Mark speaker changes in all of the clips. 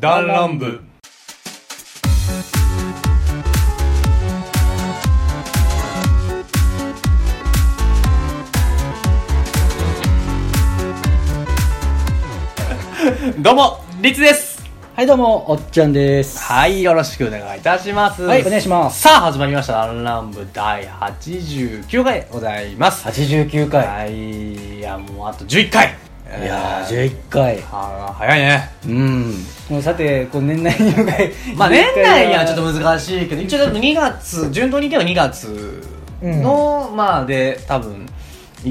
Speaker 1: 弾丸部 どうもリツです
Speaker 2: はいどうもおっちゃんです
Speaker 1: はいよろしくお願いいたします
Speaker 2: はいお願いします
Speaker 1: さあ始まりました「ランラン部」第89回でございます
Speaker 2: 89回、
Speaker 1: はいいやもうあと11回
Speaker 2: い、やー11回
Speaker 1: は早いね
Speaker 2: うんもうさてこう年内に向かい
Speaker 1: まあ年内にはちょっ
Speaker 2: っ
Speaker 1: と難しいけど一応多分2月順当にいけば2月の、まあで多分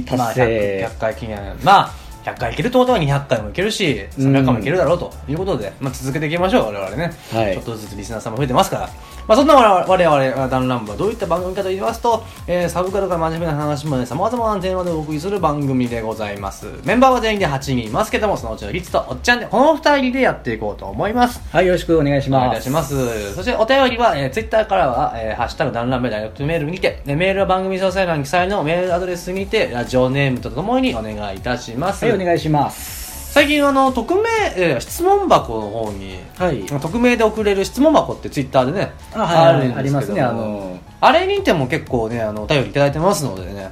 Speaker 2: 達
Speaker 1: まあ 100,
Speaker 2: 成
Speaker 1: 100回記念まあ100回いけるってことは200回もいけるし300回もいけるだろうということで、まあ、続けていきましょう我々ね、
Speaker 2: はい
Speaker 1: ちょっとずつリスナーさんも増えてますから、まあ、そんな我々我々ダンランブはどういった番組かと言いますと、えーサブカルから真面目な話までさまざまなテーマでお送りする番組でございますメンバーは全員で8人いますけどもそのうちのリツとおっちゃんでこの2人でやっていこうと思います
Speaker 2: はいよろしくお願いし
Speaker 1: お願いい
Speaker 2: ま
Speaker 1: た
Speaker 2: す
Speaker 1: します。そしてお便りは、えー、ツイッターからは、えー、ハッシュタグダンランメダイレクトメールにて、でメールは番組詳細欄記載のメールアドレスにて、ラジオネームとともにお願いいたします。
Speaker 2: はいお願いします
Speaker 1: 最近、あの、匿名、えー質問箱の方に、
Speaker 2: はい
Speaker 1: 匿名で送れる質問箱ってツイッターでね、
Speaker 2: あはい
Speaker 1: るんですけども
Speaker 2: ありますねあの
Speaker 1: あれにても結構ね、あの、お便りいただいてますのでね、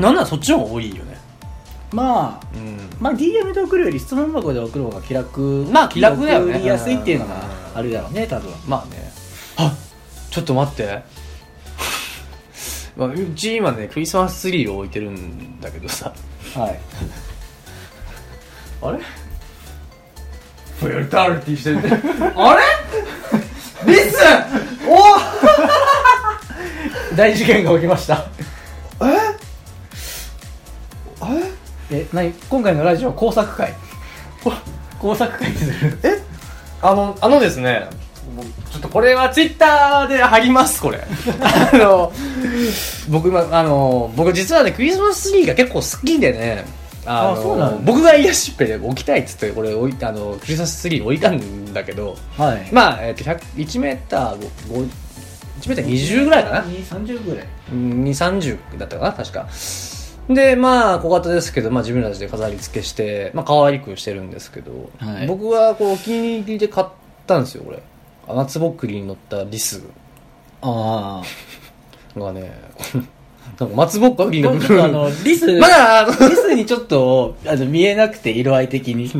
Speaker 1: なんならそっちの方が多いよね。
Speaker 2: まあ
Speaker 1: うん。
Speaker 2: まあ DM で送るより質問箱で送る方が気楽
Speaker 1: まあ気楽だよね
Speaker 2: 送りやすいっていうのがあるだろうね多分
Speaker 1: まあねあちょっと待って、 まあ、うち今ねクリスマスツリーを置いてるんだけどさ
Speaker 2: はい
Speaker 1: あれフェルタルティしてる あ れリスお
Speaker 2: 大事件が起きました
Speaker 1: ええ
Speaker 2: え何今回のラジオ工作会工作会にする
Speaker 1: えあのあのですね僕ちょっとこれはツイッターで貼りますこれ あの僕今あの僕実はねクリスマスツリーが結構好きでねあの
Speaker 2: あそうなんだ
Speaker 1: 僕が癒しっぺで置きたいっつってこれ置いたあのクリスマスツリー置いたんだけど
Speaker 2: はい
Speaker 1: まあ、えっと1 0 1ー5 1ー20ぐらいかな
Speaker 2: 30ぐらい
Speaker 1: 230だったかな確かでまあ小型ですけど、まあ、自分たちで飾り付けして、まあ可愛くしてるんですけど、
Speaker 2: はい
Speaker 1: 僕はこうお気に入りで買ったんですよこれ雨坪栗に乗ったリス
Speaker 2: ああ
Speaker 1: がね なんか松ぼっくり
Speaker 2: ち
Speaker 1: の
Speaker 2: ょ
Speaker 1: 部
Speaker 2: っとあ
Speaker 1: 分
Speaker 2: のリス、
Speaker 1: まだあの
Speaker 2: リスにちょっとあの見えなくて色合い 的に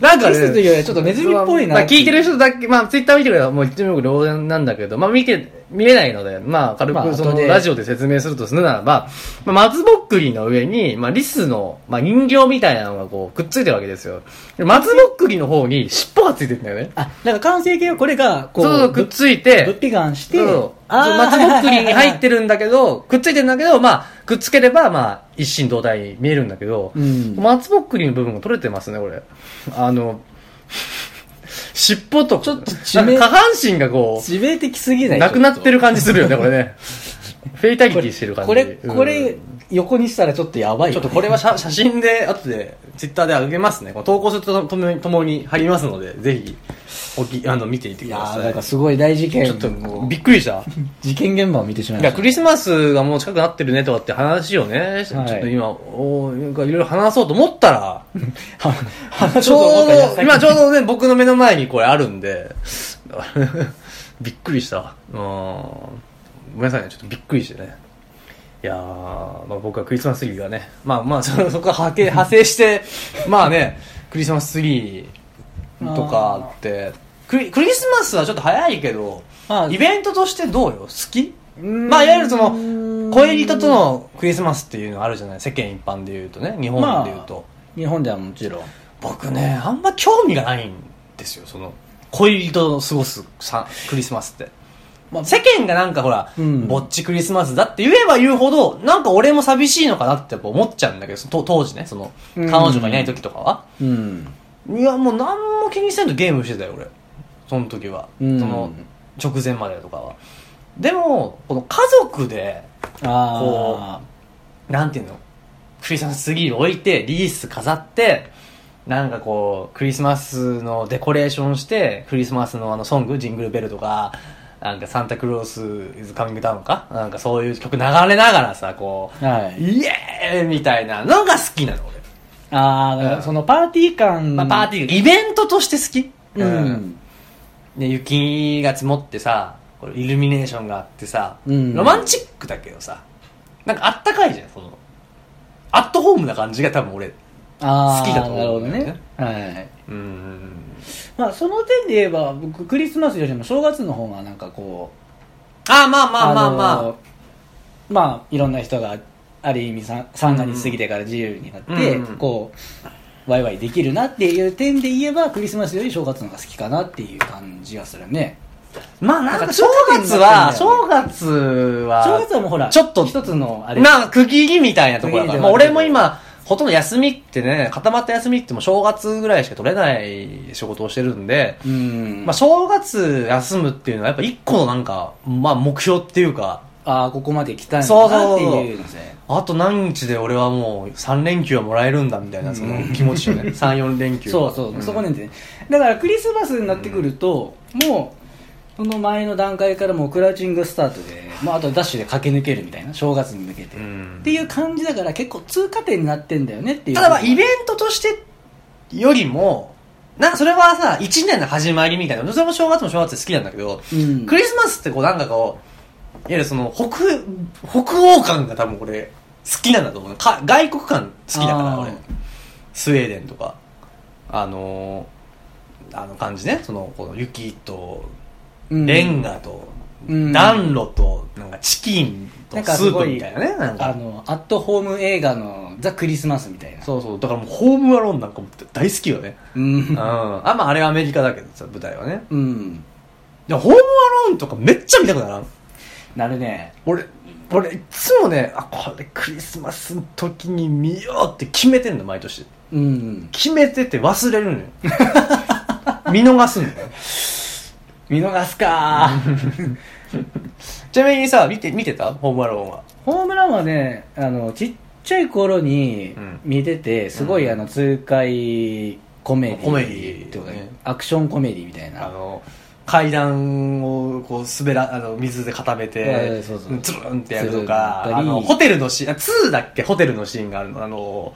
Speaker 1: なんか
Speaker 2: リスというよりは
Speaker 1: ね
Speaker 2: ちょっとネズミっぽいな
Speaker 1: まあ、聞いてる人だけまあツイッター見てくればもう一目瞭然なんだけどまあ見て見れないのでまあ軽
Speaker 2: まあ
Speaker 1: くその
Speaker 2: 後で
Speaker 1: ラジオで説明するとするならば、まあ、松ぼっくりの上に、まあ、リスの、まあ、人形みたいなのがこうくっついてるわけですよで松ぼっくりの方に尻尾がついてるんだよね
Speaker 2: あなんか完成形はこれがこ
Speaker 1: そううそうくっついて
Speaker 2: ぶっぴがんして
Speaker 1: そうそう松ぼっくりに入ってるんだけど、くっついてるんだけど、まあ、くっつければ、まあ、一心同体に見えるんだけど、
Speaker 2: うん
Speaker 1: 松ぼっくりの部分が取れてますね、これ。 あの、尻尾と、ちょっと
Speaker 2: 致命
Speaker 1: 下半身がこ
Speaker 2: 致命的すぎな
Speaker 1: う、
Speaker 2: い
Speaker 1: なくなって
Speaker 2: る
Speaker 1: る感じするよね、これ ね。フェイタリティしてる感じ。
Speaker 2: これ
Speaker 1: うん
Speaker 2: これ、横にしたらちょっとやばい
Speaker 1: ちょ
Speaker 2: よ
Speaker 1: っ
Speaker 2: ね、
Speaker 1: とこれは写写真で、後で、ツイッターで上げますね。この投稿するとともともに貼りますので、ぜひ、おき、あの、見ていて
Speaker 2: い
Speaker 1: く
Speaker 2: や
Speaker 1: だ
Speaker 2: ー
Speaker 1: さ
Speaker 2: なん
Speaker 1: い。
Speaker 2: かすごい大事件
Speaker 1: ちょっと
Speaker 2: も、う
Speaker 1: びっくりした。
Speaker 2: 事件現場を見てしまい
Speaker 1: い
Speaker 2: ま
Speaker 1: や
Speaker 2: し
Speaker 1: ク リスマスがもう近くなってるねとかって話をね、ちょ
Speaker 2: はい
Speaker 1: っと今、おなんかいろいろ話そうと思ったら、
Speaker 2: た話
Speaker 1: ち
Speaker 2: そ
Speaker 1: ょ
Speaker 2: うと思った
Speaker 1: うど、
Speaker 2: ら
Speaker 1: 今ちょうどね、僕の目の前にこれあるんで、 びっくりした。うん。ごめんなさいね、ちょっとびっくりしてね。いやー、まあ、僕はクリスマスツリーがね、まあまあ、そそこは派 遣派生して、まあね、クリスマスツリーとかって、クリクリスマスはちょっと早いけど、
Speaker 2: まあ
Speaker 1: イベントとしてどうよ好き
Speaker 2: ん
Speaker 1: まあ、いわゆるその
Speaker 2: う、ん
Speaker 1: 恋人とのクリスマスっていうのあるじゃない世間一般で言うとね、日本で言うと。
Speaker 2: 日本ではもちろん
Speaker 1: 僕ねあんま興味がないんですよその恋人の過ごすさクリスマスって、まあ、世間がなんかほら、
Speaker 2: うん
Speaker 1: ぼっちクリスマスだって言えば言うほどなんか俺も寂しいのかなってやっぱ思っちゃうんだけどそのと当時ねその
Speaker 2: う
Speaker 1: 彼
Speaker 2: ん
Speaker 1: 女がいない時とかは、
Speaker 2: うん
Speaker 1: いやもう何も気にせんとゲームしてたよ俺その時は、
Speaker 2: うん
Speaker 1: その直前までとかはでもこの家族で
Speaker 2: あ
Speaker 1: なんていうのクリスマスツリーを置いてリース飾ってなんかこうクリスマスのデコレーションしてクリスマスのあのソングジングルベルとかなんかサンタクロース・イズ・カミング・ダウンかなんかそういう曲流れながらさこ
Speaker 2: あは
Speaker 1: う
Speaker 2: い
Speaker 1: イエーイみたいなのが好きなの俺、
Speaker 2: ああだからそのパーティー感
Speaker 1: まあ、パーティーイベントとして好き
Speaker 2: う。
Speaker 1: うんで雪が積もってさこれイルミネーションがあってさ、
Speaker 2: うん
Speaker 1: ロマンチックだけどさなんかあったかいじゃんそのアットホームな感じが多分俺
Speaker 2: ああ、
Speaker 1: 好きだと思うんだ
Speaker 2: なる
Speaker 1: よ
Speaker 2: ほどね
Speaker 1: ね。
Speaker 2: はい。
Speaker 1: うん
Speaker 2: まあ、その点で言えば、僕、クリスマスよりも正月の方がなんかこう、
Speaker 1: ああまあまあまあまあ、
Speaker 2: のまあ、いろんな人が、ある意味さ、三が日過ぎてから自由になって、
Speaker 1: うん
Speaker 2: こう、ワイワイできるなっていう点で言えば、クリスマスより正月の方が好きかなっていう感じがするね。
Speaker 1: まあなん
Speaker 2: なんか
Speaker 1: か正月は正
Speaker 2: 正
Speaker 1: 月は
Speaker 2: 正月はもうほら、
Speaker 1: ちょっと
Speaker 2: 一つのあれ。
Speaker 1: な区切りみたいなところだか
Speaker 2: 区切りで
Speaker 1: ら、
Speaker 2: は
Speaker 1: まあ、
Speaker 2: あるけ
Speaker 1: 俺
Speaker 2: ど
Speaker 1: も今ほとんど休みってね固まった休みってもう正月ぐらいしか取れない仕事をしてるんで、
Speaker 2: うん。
Speaker 1: まあ、正月休むっていうのはやっぱ一個のなんか、まあ、目標っていうか
Speaker 2: ああ、ここまで来たんだな
Speaker 1: そ
Speaker 2: って
Speaker 1: う
Speaker 2: い
Speaker 1: そう
Speaker 2: うのね。
Speaker 1: あと何日で俺はもう3連休はもらえるんだみたいなその気持ちよね34 連休
Speaker 2: そうそう、
Speaker 1: ん
Speaker 2: そこなんでねだからクリスマスになってくると、もうその前の段階からもうクラウチングスタートで、まあ、あとダッシュで駆け抜けるみたいな正月に向けて、
Speaker 1: う
Speaker 2: っ
Speaker 1: ん
Speaker 2: ていう感じだから結構通過点になってんだよねっていう
Speaker 1: ただまあイベントとしてよりもなんかそれはさ1年の始まりみたいなそれも正月も正月で好きなんだけど、
Speaker 2: うん
Speaker 1: クリスマスってこうなんかこういわゆるその北北欧感が多分これ好きなんだと思うか外国感好きだか
Speaker 2: あ
Speaker 1: ら
Speaker 2: ー
Speaker 1: 俺スウェーデンとかあのーあの感じねそのこの雪と
Speaker 2: うん
Speaker 1: レンガと、
Speaker 2: うん
Speaker 1: 暖炉となんかチキンと
Speaker 2: なんか
Speaker 1: ス
Speaker 2: す
Speaker 1: ー
Speaker 2: ご
Speaker 1: プ
Speaker 2: い
Speaker 1: みたいなねなんか
Speaker 2: あのアットホーム映画のザ・クリスマスみたいな
Speaker 1: そうそうだからもうホームアローンなんかも大好きよね
Speaker 2: うん
Speaker 1: うん、あまああれはアメリカだけどさ舞台はね
Speaker 2: うん
Speaker 1: でもホームアローンとかめっちゃ見たくならん
Speaker 2: なるね
Speaker 1: 俺俺いつもねあこれクリスマスの時に見ようって決めてんの毎年
Speaker 2: うん
Speaker 1: 決めてて忘れる のよ見逃すのよ
Speaker 2: 見逃すか
Speaker 1: ちなみにさ見て見てたホームアローンは
Speaker 2: ホームランはね、あの、ちっちゃい頃に
Speaker 1: うん
Speaker 2: 見てて、すごい、
Speaker 1: うん
Speaker 2: あの、痛快コメディ
Speaker 1: コメディ
Speaker 2: ってことね
Speaker 1: ね
Speaker 2: アクションコメディみたい
Speaker 1: あ
Speaker 2: な。
Speaker 1: の階段をこう滑らあの水で固め
Speaker 2: え
Speaker 1: て
Speaker 2: えそうそう
Speaker 1: つるんってやると
Speaker 2: つ
Speaker 1: か
Speaker 2: るんだ
Speaker 1: あ
Speaker 2: り
Speaker 1: のホテルのシーンあ2だっけホテルのシーンがあるのあの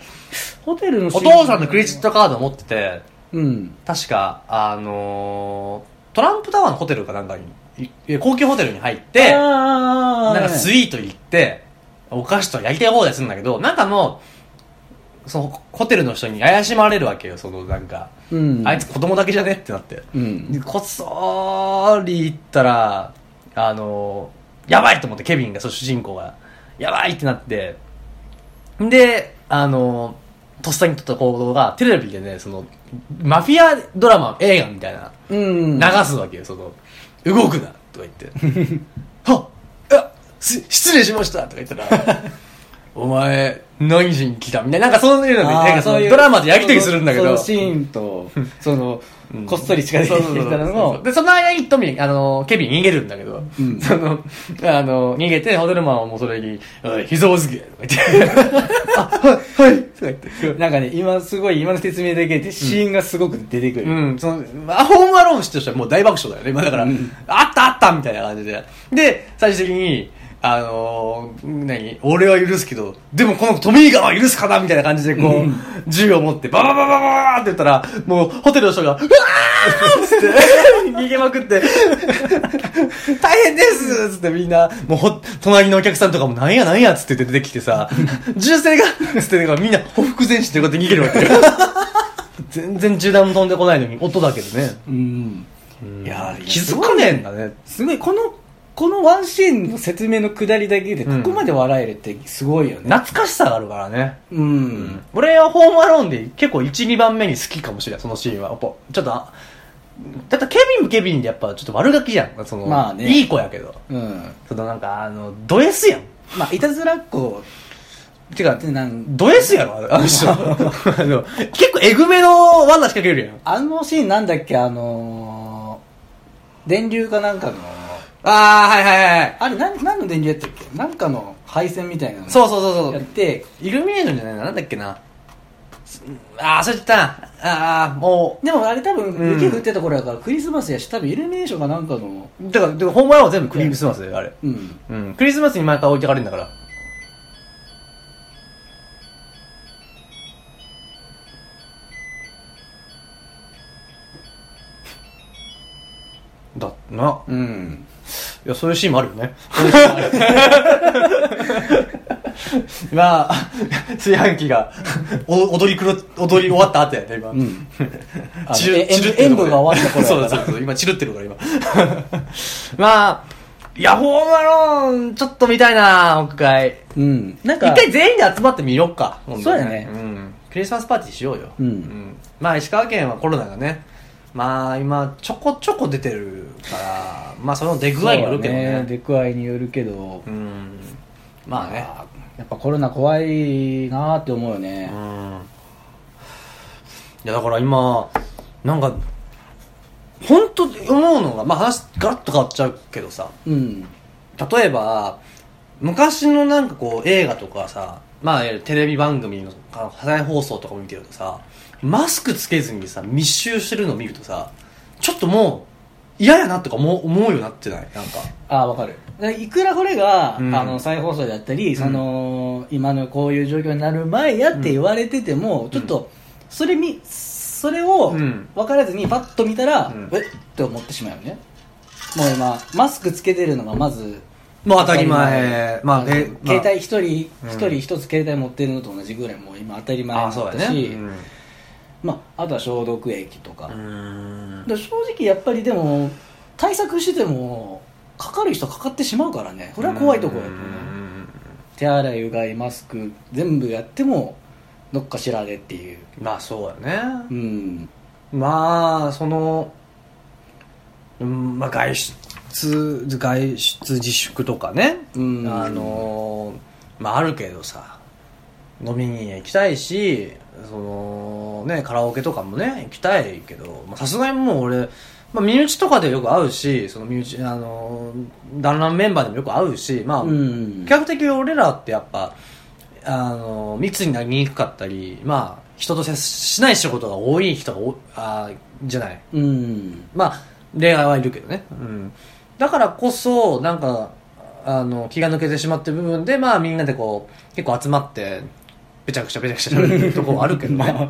Speaker 2: ホテルのシー
Speaker 1: お
Speaker 2: ン
Speaker 1: 父さんのクレジットカードを持ってて
Speaker 2: うん。
Speaker 1: 確か、あのートランプタワーのホテルかなんかに、いいや高級ホテルに入って、な
Speaker 2: あー
Speaker 1: んかスイート行って、お菓子とかやりたい放題するんだけど、なんかもう、そのホテルの人に怪しまれるわけよ、そのなんか、
Speaker 2: うん。
Speaker 1: あいつ子供だけじゃねってなって。
Speaker 2: うん。
Speaker 1: こっそり行ったら、あのーやばいと思って、ケビンが、そう主人公が、やばいってなって、で、あのーとっさに取った行動が、テレビでね、その、マフィアドラマ、映画みたいな、
Speaker 2: うん。
Speaker 1: 流すわけよ、その、動くなとか言って。 はっあす失礼しましたとか言った ら、お前、何時に来たみたいな、なんかそういうので、
Speaker 2: あー
Speaker 1: なんかそ
Speaker 2: そうい
Speaker 1: の
Speaker 2: う
Speaker 1: ドラマでやりとりするんだけ
Speaker 2: そ
Speaker 1: ど
Speaker 2: の。シーンと、その
Speaker 1: う、ん
Speaker 2: こっそりしか出てきてたの
Speaker 1: そうそうそうそう
Speaker 2: も、
Speaker 1: で、その間にトミー、あの、ケビン逃げるんだけど、
Speaker 2: うん
Speaker 1: その、あの、逃げて、ホテルマンはもうそれに、おい、膝をつけとか言って、あ、はい、はい、とか言って。
Speaker 2: なんかね、今すごい、今の説明だけでシーンがすごく出てく
Speaker 1: う
Speaker 2: る。
Speaker 1: ん、その、まあホームアローンしてる人はもう大爆笑だよね。今だから、
Speaker 2: うん
Speaker 1: あったあったみたいな感じで。で、最終的に、あのー何俺は許すけど、でもこのトミーガは許すかなみたいな感じで、こう、銃を持って、ババババババーって言ったら、もうホテルの人が、うわーっつって、逃げまくって、大変ですっつってみんな、もうほ、隣のお客さんとかも、なんやなんやっつって出てきてさ、銃声がっつって、だからみんな、ほふく前進ということで逃げるわけよ。全然銃弾も飛んでこないのに、音だけでね。
Speaker 2: うん。
Speaker 1: い
Speaker 2: やー
Speaker 1: 気づかねえんだね。
Speaker 2: すごい、この、このワンシーンの説明の下りだけで、こ
Speaker 1: うん
Speaker 2: こまで笑えるってすごいよね。
Speaker 1: 懐かしさがあるからね。
Speaker 2: う。
Speaker 1: うん俺はホームアローンで結構1、2番目に好きかもしれない、そのシーンは。やっぱちょっと、あだってケビンもケビンでやっぱちょっと悪ガキじゃん。その、
Speaker 2: まあね
Speaker 1: いい子やけど。
Speaker 2: うん。
Speaker 1: そのなんか、あの、ド S やん。
Speaker 2: まあ、いたずらっ子
Speaker 1: てか
Speaker 2: っ、てなん、
Speaker 1: ド S やろ、あの 人。あの結構エグめの罠仕掛けるやん。
Speaker 2: あのシーンなんだっけ、あのー、電流かなんかの、
Speaker 1: ああ、はいはいはい。
Speaker 2: あれ、なん、何の電流やったっけなんかの配線みたいなの。
Speaker 1: そうそうそうそ
Speaker 2: やっ
Speaker 1: う。
Speaker 2: て、
Speaker 1: イルミネーションじゃないな、なんだっけな。ああ、そう言ったな。ああ、もう、
Speaker 2: でもあれ多
Speaker 1: うん
Speaker 2: 分、雪降ってた頃やから、クリスマスやし、多分イルミネーションかなんかの、
Speaker 1: だから、でもホームアローンは全部クリスマスだよ、あれ。
Speaker 2: うん。
Speaker 1: うん。クリスマスに毎回置いてかれるんだから。だな
Speaker 2: うん
Speaker 1: いやそういうシーンもあるよね まあ 炊飯器がお踊りくろ踊り終わった後やね今、
Speaker 2: うんあの
Speaker 1: チル
Speaker 2: え
Speaker 1: チルってるとこ
Speaker 2: 塩分が終わった頃
Speaker 1: そう
Speaker 2: やか
Speaker 1: そ
Speaker 2: ら
Speaker 1: うそう今チルってるから今 まあいやホームアローンちょっと見たいな僕一回
Speaker 2: うんなん
Speaker 1: 一
Speaker 2: か
Speaker 1: 回全員で集まってみよっか本当に
Speaker 2: そうやね
Speaker 1: ん、クリスマスパーティーしようよ、
Speaker 2: うん
Speaker 1: まあ石川県はコロナがねまあ今ちょこちょこ出てるからまあその出具合によるけど
Speaker 2: そうだ
Speaker 1: ね
Speaker 2: 出具合によるけど
Speaker 1: うんまあね
Speaker 2: やっぱコロナ怖いなーって思うよね
Speaker 1: うんいやだから今なんか本当思うのがまあ話ガラッと変わっちゃうけどさ
Speaker 2: うん
Speaker 1: 例えば昔のなんかこう映画とかさまあテレビ番組の再放送とかも見てるとさマスクつけずにさ密集してるのを見るとさちょっともう嫌やなとか思う思うようになってないなんか
Speaker 2: ああわかるでいくらこれが、
Speaker 1: うん
Speaker 2: あの再放送であったり、その今のこういう状況になる前やって言われてても、ちょっとそれみそれを
Speaker 1: うん
Speaker 2: 分からずにパッと見たら、
Speaker 1: うん
Speaker 2: えっって思ってしまうよねもう今マスクつけてるのがまず
Speaker 1: もう当たり前まあ
Speaker 2: の
Speaker 1: ねまあ
Speaker 2: 携帯一人
Speaker 1: うん
Speaker 2: 一人一つ携帯持ってるのと同じぐらいもう今当たり前
Speaker 1: あ
Speaker 2: だ
Speaker 1: あ
Speaker 2: っ
Speaker 1: そう
Speaker 2: た
Speaker 1: や
Speaker 2: し
Speaker 1: ねうん
Speaker 2: まあ、あとは消毒液とか,、
Speaker 1: うん
Speaker 2: で正直やっぱりでも対策しててもかかる人かかってしまうからねこれは怖いところだと
Speaker 1: う
Speaker 2: 思うん手洗いうがいマスク全部やってもどっかしらでっていう
Speaker 1: まあそうやね
Speaker 2: うん
Speaker 1: まあその、うんまあ、外出外出自粛とかね、
Speaker 2: うん
Speaker 1: あのまああるけどさ飲みに行きたいしそのねカラオケとかもね行きたいけどまあさすがにもう俺、まあ、身内とかでよく会うしその身内あの団らんメンバーでもよく会うしまあ、
Speaker 2: うん
Speaker 1: 比較的俺らってやっぱあの密になりにくかったりまあ人と接しない仕事が多い人がおあじゃない
Speaker 2: うん
Speaker 1: まあ恋愛はいるけどね、うん、だからこそなんかあの気が抜けてしまってる部分でまあみんなでこう結構集まってべちゃくちゃべちゃくちゃ喋るところはあるけど ね、
Speaker 2: まあ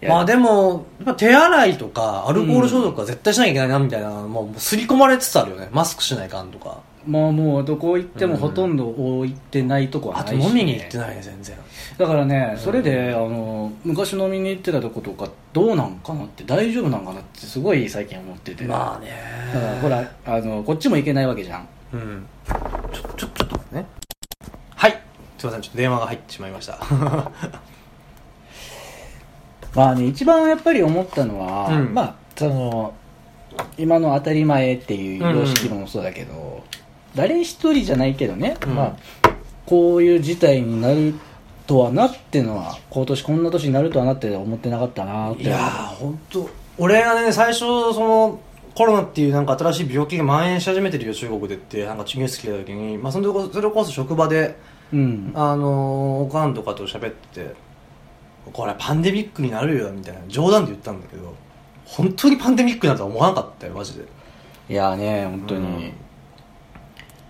Speaker 2: いや
Speaker 1: まあでも、やっぱ手洗いとか、アルコール消毒は絶対しなきゃいけないな、みたいな、もう、もう刷り込まれつつあるよね。マスクしないかんとか。
Speaker 2: まあもうどこ行ってもほとんど置いてないとこ
Speaker 1: あ
Speaker 2: はな
Speaker 1: と
Speaker 2: いしね、
Speaker 1: 飲みに行ってないね、全然。
Speaker 2: だからねそれで、あの昔飲みに行ってたとことかどうなんかなって大丈夫なんかなってすごい最近思ってて
Speaker 1: まあ
Speaker 2: だから
Speaker 1: ね。
Speaker 2: ほらあのこっちも行けないわけじゃん
Speaker 1: うん。ちょ、ちょ、ちょっと待ってね。はい。すいません、ちょっと電話が入ってしまいました。
Speaker 2: まあね一番やっぱり思ったのは、
Speaker 1: うん
Speaker 2: まあその今の当たり前っていう様式もそうだけど、誰一人じゃないけどね、
Speaker 1: うん
Speaker 2: まあこういう事態になるとはなってのは今年こんな年になるとはなって思ってなかったな っ
Speaker 1: い
Speaker 2: て
Speaker 1: やー、 ほんと、俺がね、最初、その、コロナっていうなんか新しい病気が蔓延し始めてるよ、中国でって、なんかニュース聞いた時に、まあ、それこそ、それこそ職場で、
Speaker 2: うん
Speaker 1: あのー、おかんとかと喋っててこれパンデミックになるよみたいな冗談で言ったんだけど本当にパンデミックになるとは思わなかったよマジで
Speaker 2: いやーね本当に、
Speaker 1: うん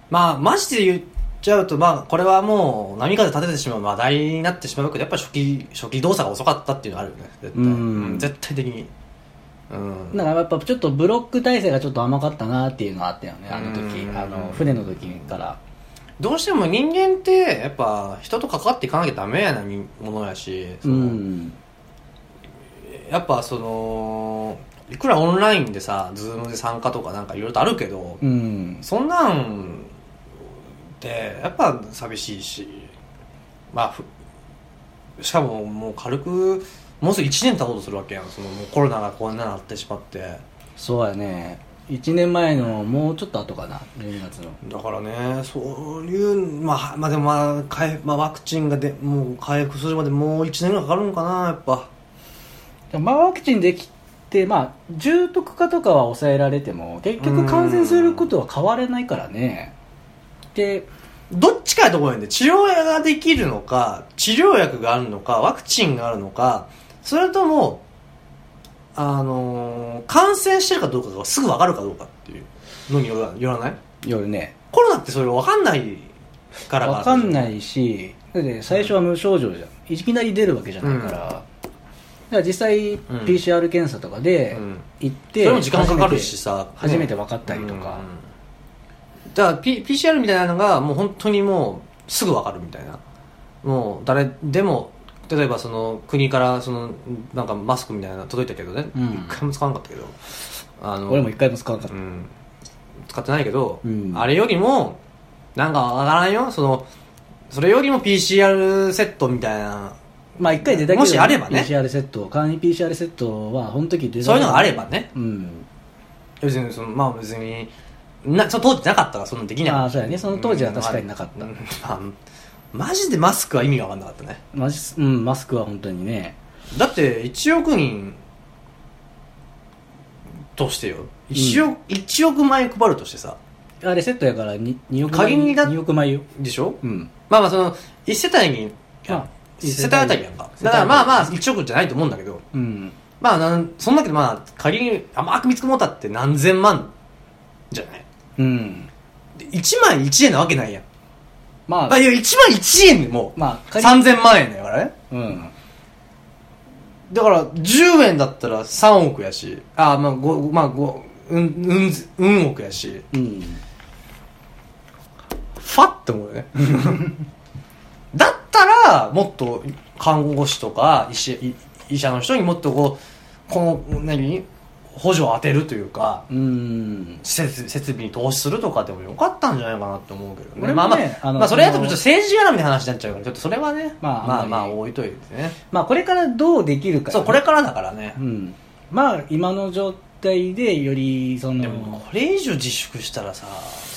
Speaker 1: まあマジで言っちゃうとまあこれはもう波風立ててしまう話題になってしまうけどやっぱ初期初期動作が遅かったっていうのはあるよね絶対、
Speaker 2: うん
Speaker 1: うん絶対的にうん
Speaker 2: だからやっぱちょっとブロック体制がちょっと甘かったなっていうのはあったよねあの時
Speaker 1: うん
Speaker 2: あの船の時から
Speaker 1: どうしても人間ってやっぱ人と関わっていかなきゃダメやなにものやしそうの
Speaker 2: ん
Speaker 1: やっぱそのいくらオンラインでさズームで参加とかなんかいろいろとあるけど、
Speaker 2: うん
Speaker 1: そんなんってやっぱ寂しいしまあふしかももう軽くもうすぐ1年経とうとするわけやんそのもうコロナがこんなになってしまって
Speaker 2: そうやね1年前のもうちょっと後かな12月の
Speaker 1: だからねそういうまあまあでもまあ回、まあ、ワクチンがでもう回復するまでもう1年ぐらいかかるんかなやっぱ
Speaker 2: でもまあワクチンできてまあ重篤化とかは抑えられても結局感染することは変われないからねで
Speaker 1: どっちかやと思うよね。治療薬ができるのか、治療薬があるのか、ワクチンがあるのか、それとも、あのー感染してるかどうかがすぐわかるかどうかっていうのによらよらない
Speaker 2: 夜ね
Speaker 1: コロナってそれわかんないから。
Speaker 2: わかんないいしだって最初は無症状じゃんいきなり出るわけじゃないから、から実際
Speaker 1: ん
Speaker 2: PCR 検査とかで
Speaker 1: うん
Speaker 2: 行って、
Speaker 1: それも時間かかるしさ
Speaker 2: 初めて初めて分かったりとか、
Speaker 1: うんだから、P、PCR みたいなのがもう本当にもうすぐ分かるみたいなもう誰でも例えばその国からそのなんかマスクみたいなの届いたけどね一、
Speaker 2: うん
Speaker 1: 回も使わなかったけどあの
Speaker 2: 俺も一回も使わなかっ
Speaker 1: う
Speaker 2: た、
Speaker 1: ん、使ってないけど、
Speaker 2: うん
Speaker 1: あれよりもなんかわからんよそのそれよりも PCR セットみたいな
Speaker 2: まあ一回出たけど
Speaker 1: もしあればね
Speaker 2: PCR セット簡易 PCR セットは本時出た
Speaker 1: そういうのがあればね
Speaker 2: うん
Speaker 1: 別にそのまあ別になその当時なかったからそんなのできない
Speaker 2: ああそうやねその当時は確かになかった
Speaker 1: うんまあマジでマスクは意味が分かんなかったね
Speaker 2: マジうんマスクは本当にね
Speaker 1: だって1億人としてよ1億,、一億枚配るとしてさ
Speaker 2: あれセットやから 2, 二億
Speaker 1: 限りだ
Speaker 2: 2億枚よ
Speaker 1: でしょ
Speaker 2: うん
Speaker 1: まあまあその1世帯に、
Speaker 2: まあ
Speaker 1: 一世帯あたりやんかだからまあまあ1億じゃないと思うんだけど
Speaker 2: うん
Speaker 1: まあなんそんだけどまあ仮に甘く見積もったって何千万じゃない
Speaker 2: うん
Speaker 1: で1枚1円なわけないやん
Speaker 2: まあ
Speaker 1: まあいや1枚1円でもう、
Speaker 2: まあ仮に
Speaker 1: 3000万円だからね
Speaker 2: うん
Speaker 1: だから10円だったら3億やしあまあ5まあ5うんうんうん億やし
Speaker 2: うん
Speaker 1: ファッて思うよね だったらもっと看護師とか医師医医者の人にもっとこうこの何補助を当てるというか
Speaker 2: うん
Speaker 1: 設設備に投資するとかでもよかったんじゃないかなって思うけどね
Speaker 2: 俺もね
Speaker 1: まあま
Speaker 2: あ
Speaker 1: あ
Speaker 2: の
Speaker 1: まあそれだとち
Speaker 2: そ
Speaker 1: ょ
Speaker 2: の
Speaker 1: っと政治絡みの話になっちゃうからちょっとそれはね
Speaker 2: ま
Speaker 1: ま
Speaker 2: あ
Speaker 1: あまあ
Speaker 2: あんまり
Speaker 1: 置いといてね
Speaker 2: まあこれからどうできるか
Speaker 1: そうこれからだからね
Speaker 2: うんまあ今の状態でよりその
Speaker 1: でもこれ以上自粛したらさ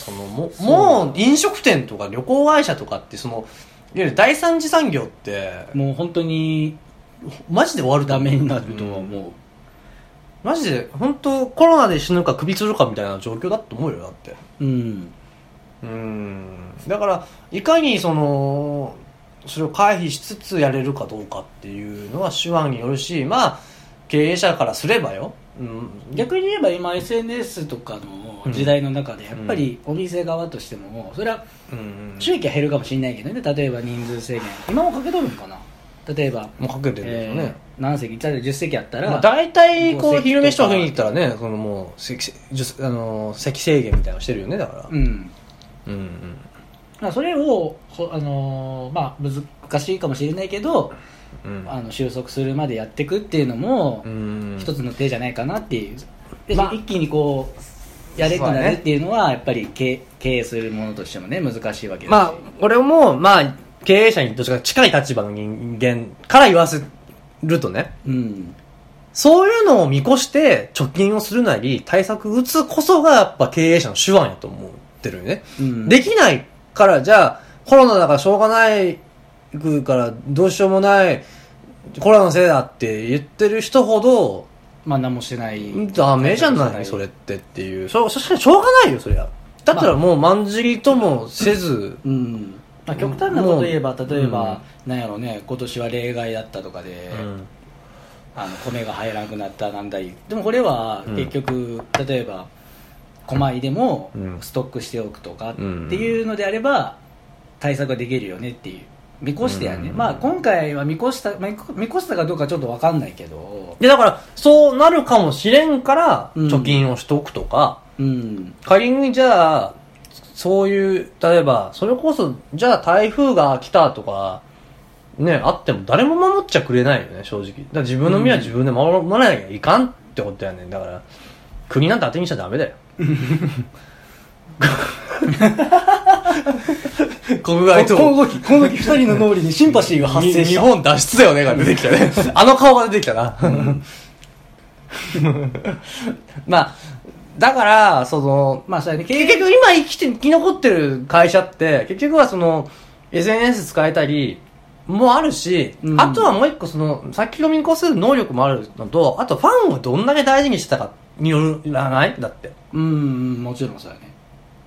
Speaker 1: そのも
Speaker 2: う
Speaker 1: もう飲食店とか旅行会社とかってそのいわゆる第三次産業って
Speaker 2: もう本当に
Speaker 1: マジで終わると
Speaker 2: ダ
Speaker 1: 思う
Speaker 2: メになるとは思う、
Speaker 1: マジで本当コロナで死ぬか首吊るかみたいな状況だと思うよだって
Speaker 2: うん
Speaker 1: うんだからいかにそのそれを回避しつつやれるかどうかっていうのは手腕によるしまあ経営者からすればよ、うん、
Speaker 2: 逆に言えば今 SNS とかの時代の中でやっぱりお店側としてもそれは
Speaker 1: うん
Speaker 2: 収益は減るかもしれないけどね例えば人数制限今もかけとるんかな例えば、
Speaker 1: もうかけてるんですよね、
Speaker 2: えー何席例えば10席あったら、
Speaker 1: まあ、大体こ
Speaker 2: 五
Speaker 1: う
Speaker 2: 席
Speaker 1: 昼飯とか食いに行ったらねそのもう席あの席制限みたいなのしてるよねだから
Speaker 2: うん
Speaker 1: うんうん
Speaker 2: まあそれを、ほあのーまあ、難しいかもしれないけど、
Speaker 1: うん
Speaker 2: あの収束するまでやっていくっていうのも、
Speaker 1: うん
Speaker 2: 一つの手じゃないかなっていう、で
Speaker 1: まあ
Speaker 2: 一気にこうやれく
Speaker 1: そうだ
Speaker 2: なる
Speaker 1: ね
Speaker 2: っていうのは、やっぱり経経営するものとしてもね難しいわけだし、
Speaker 1: まあ俺もまあ経営者にどっちか近い立場の人間から言わせるとね
Speaker 2: うん、
Speaker 1: そういうのを見越して貯金をするなり対策打つこそがやっぱ経営者の手腕やと思ってるよね、
Speaker 2: うん、
Speaker 1: できないからじゃあコロナだからしょうがないからどうしようもないコロナのせいだって言ってる人ほど
Speaker 2: まあ何もしてない、
Speaker 1: ダメじゃ
Speaker 2: 対策し
Speaker 1: ないそれってっていうそそしてしょうがないよそりゃだったらもうまんじりともせず、
Speaker 2: うんまあ、極端なこと言えば、
Speaker 1: もう
Speaker 2: 例えば、なんやろうね今年は例外だったとかで、あの米が入らなくなったなんだいでもこれは
Speaker 1: うん
Speaker 2: 結局、例えば米でも
Speaker 1: うん
Speaker 2: ストックしておくとかって
Speaker 1: うん
Speaker 2: いうのであれば対策ができるよねっていう見越してやね、
Speaker 1: うん
Speaker 2: まあ今回は見越した見越見越したかどうかちょっと分かんないけど
Speaker 1: でだからそうなるかもしれんから
Speaker 2: うん
Speaker 1: 貯金をしておくとか、
Speaker 2: うん
Speaker 1: 仮にじゃあ、そういう、例えば、それこそ、じゃあ台風が来たとか、ね、あっても誰も守っちゃくれないよね、正直。だから自分の身は自分で守守らなきゃいかんってことやねん。だから、国なんて当てにしちゃダメだ よ。国外
Speaker 2: この時この時2人の脳裏にシンパシーが発生
Speaker 1: 日
Speaker 2: した
Speaker 1: 本脱出だよねが出てきたね あの顔が出てきたな まあだからその
Speaker 2: まあそうやね経営
Speaker 1: 結局今生きて生き残ってる会社って結局はその SNS 使えたりもあるし、
Speaker 2: うん
Speaker 1: あとはもう一個その先読み越せる能力もあるのとあとファンをどんだけ大事にしてたかによらないだって
Speaker 2: うんうんもちろんそうやね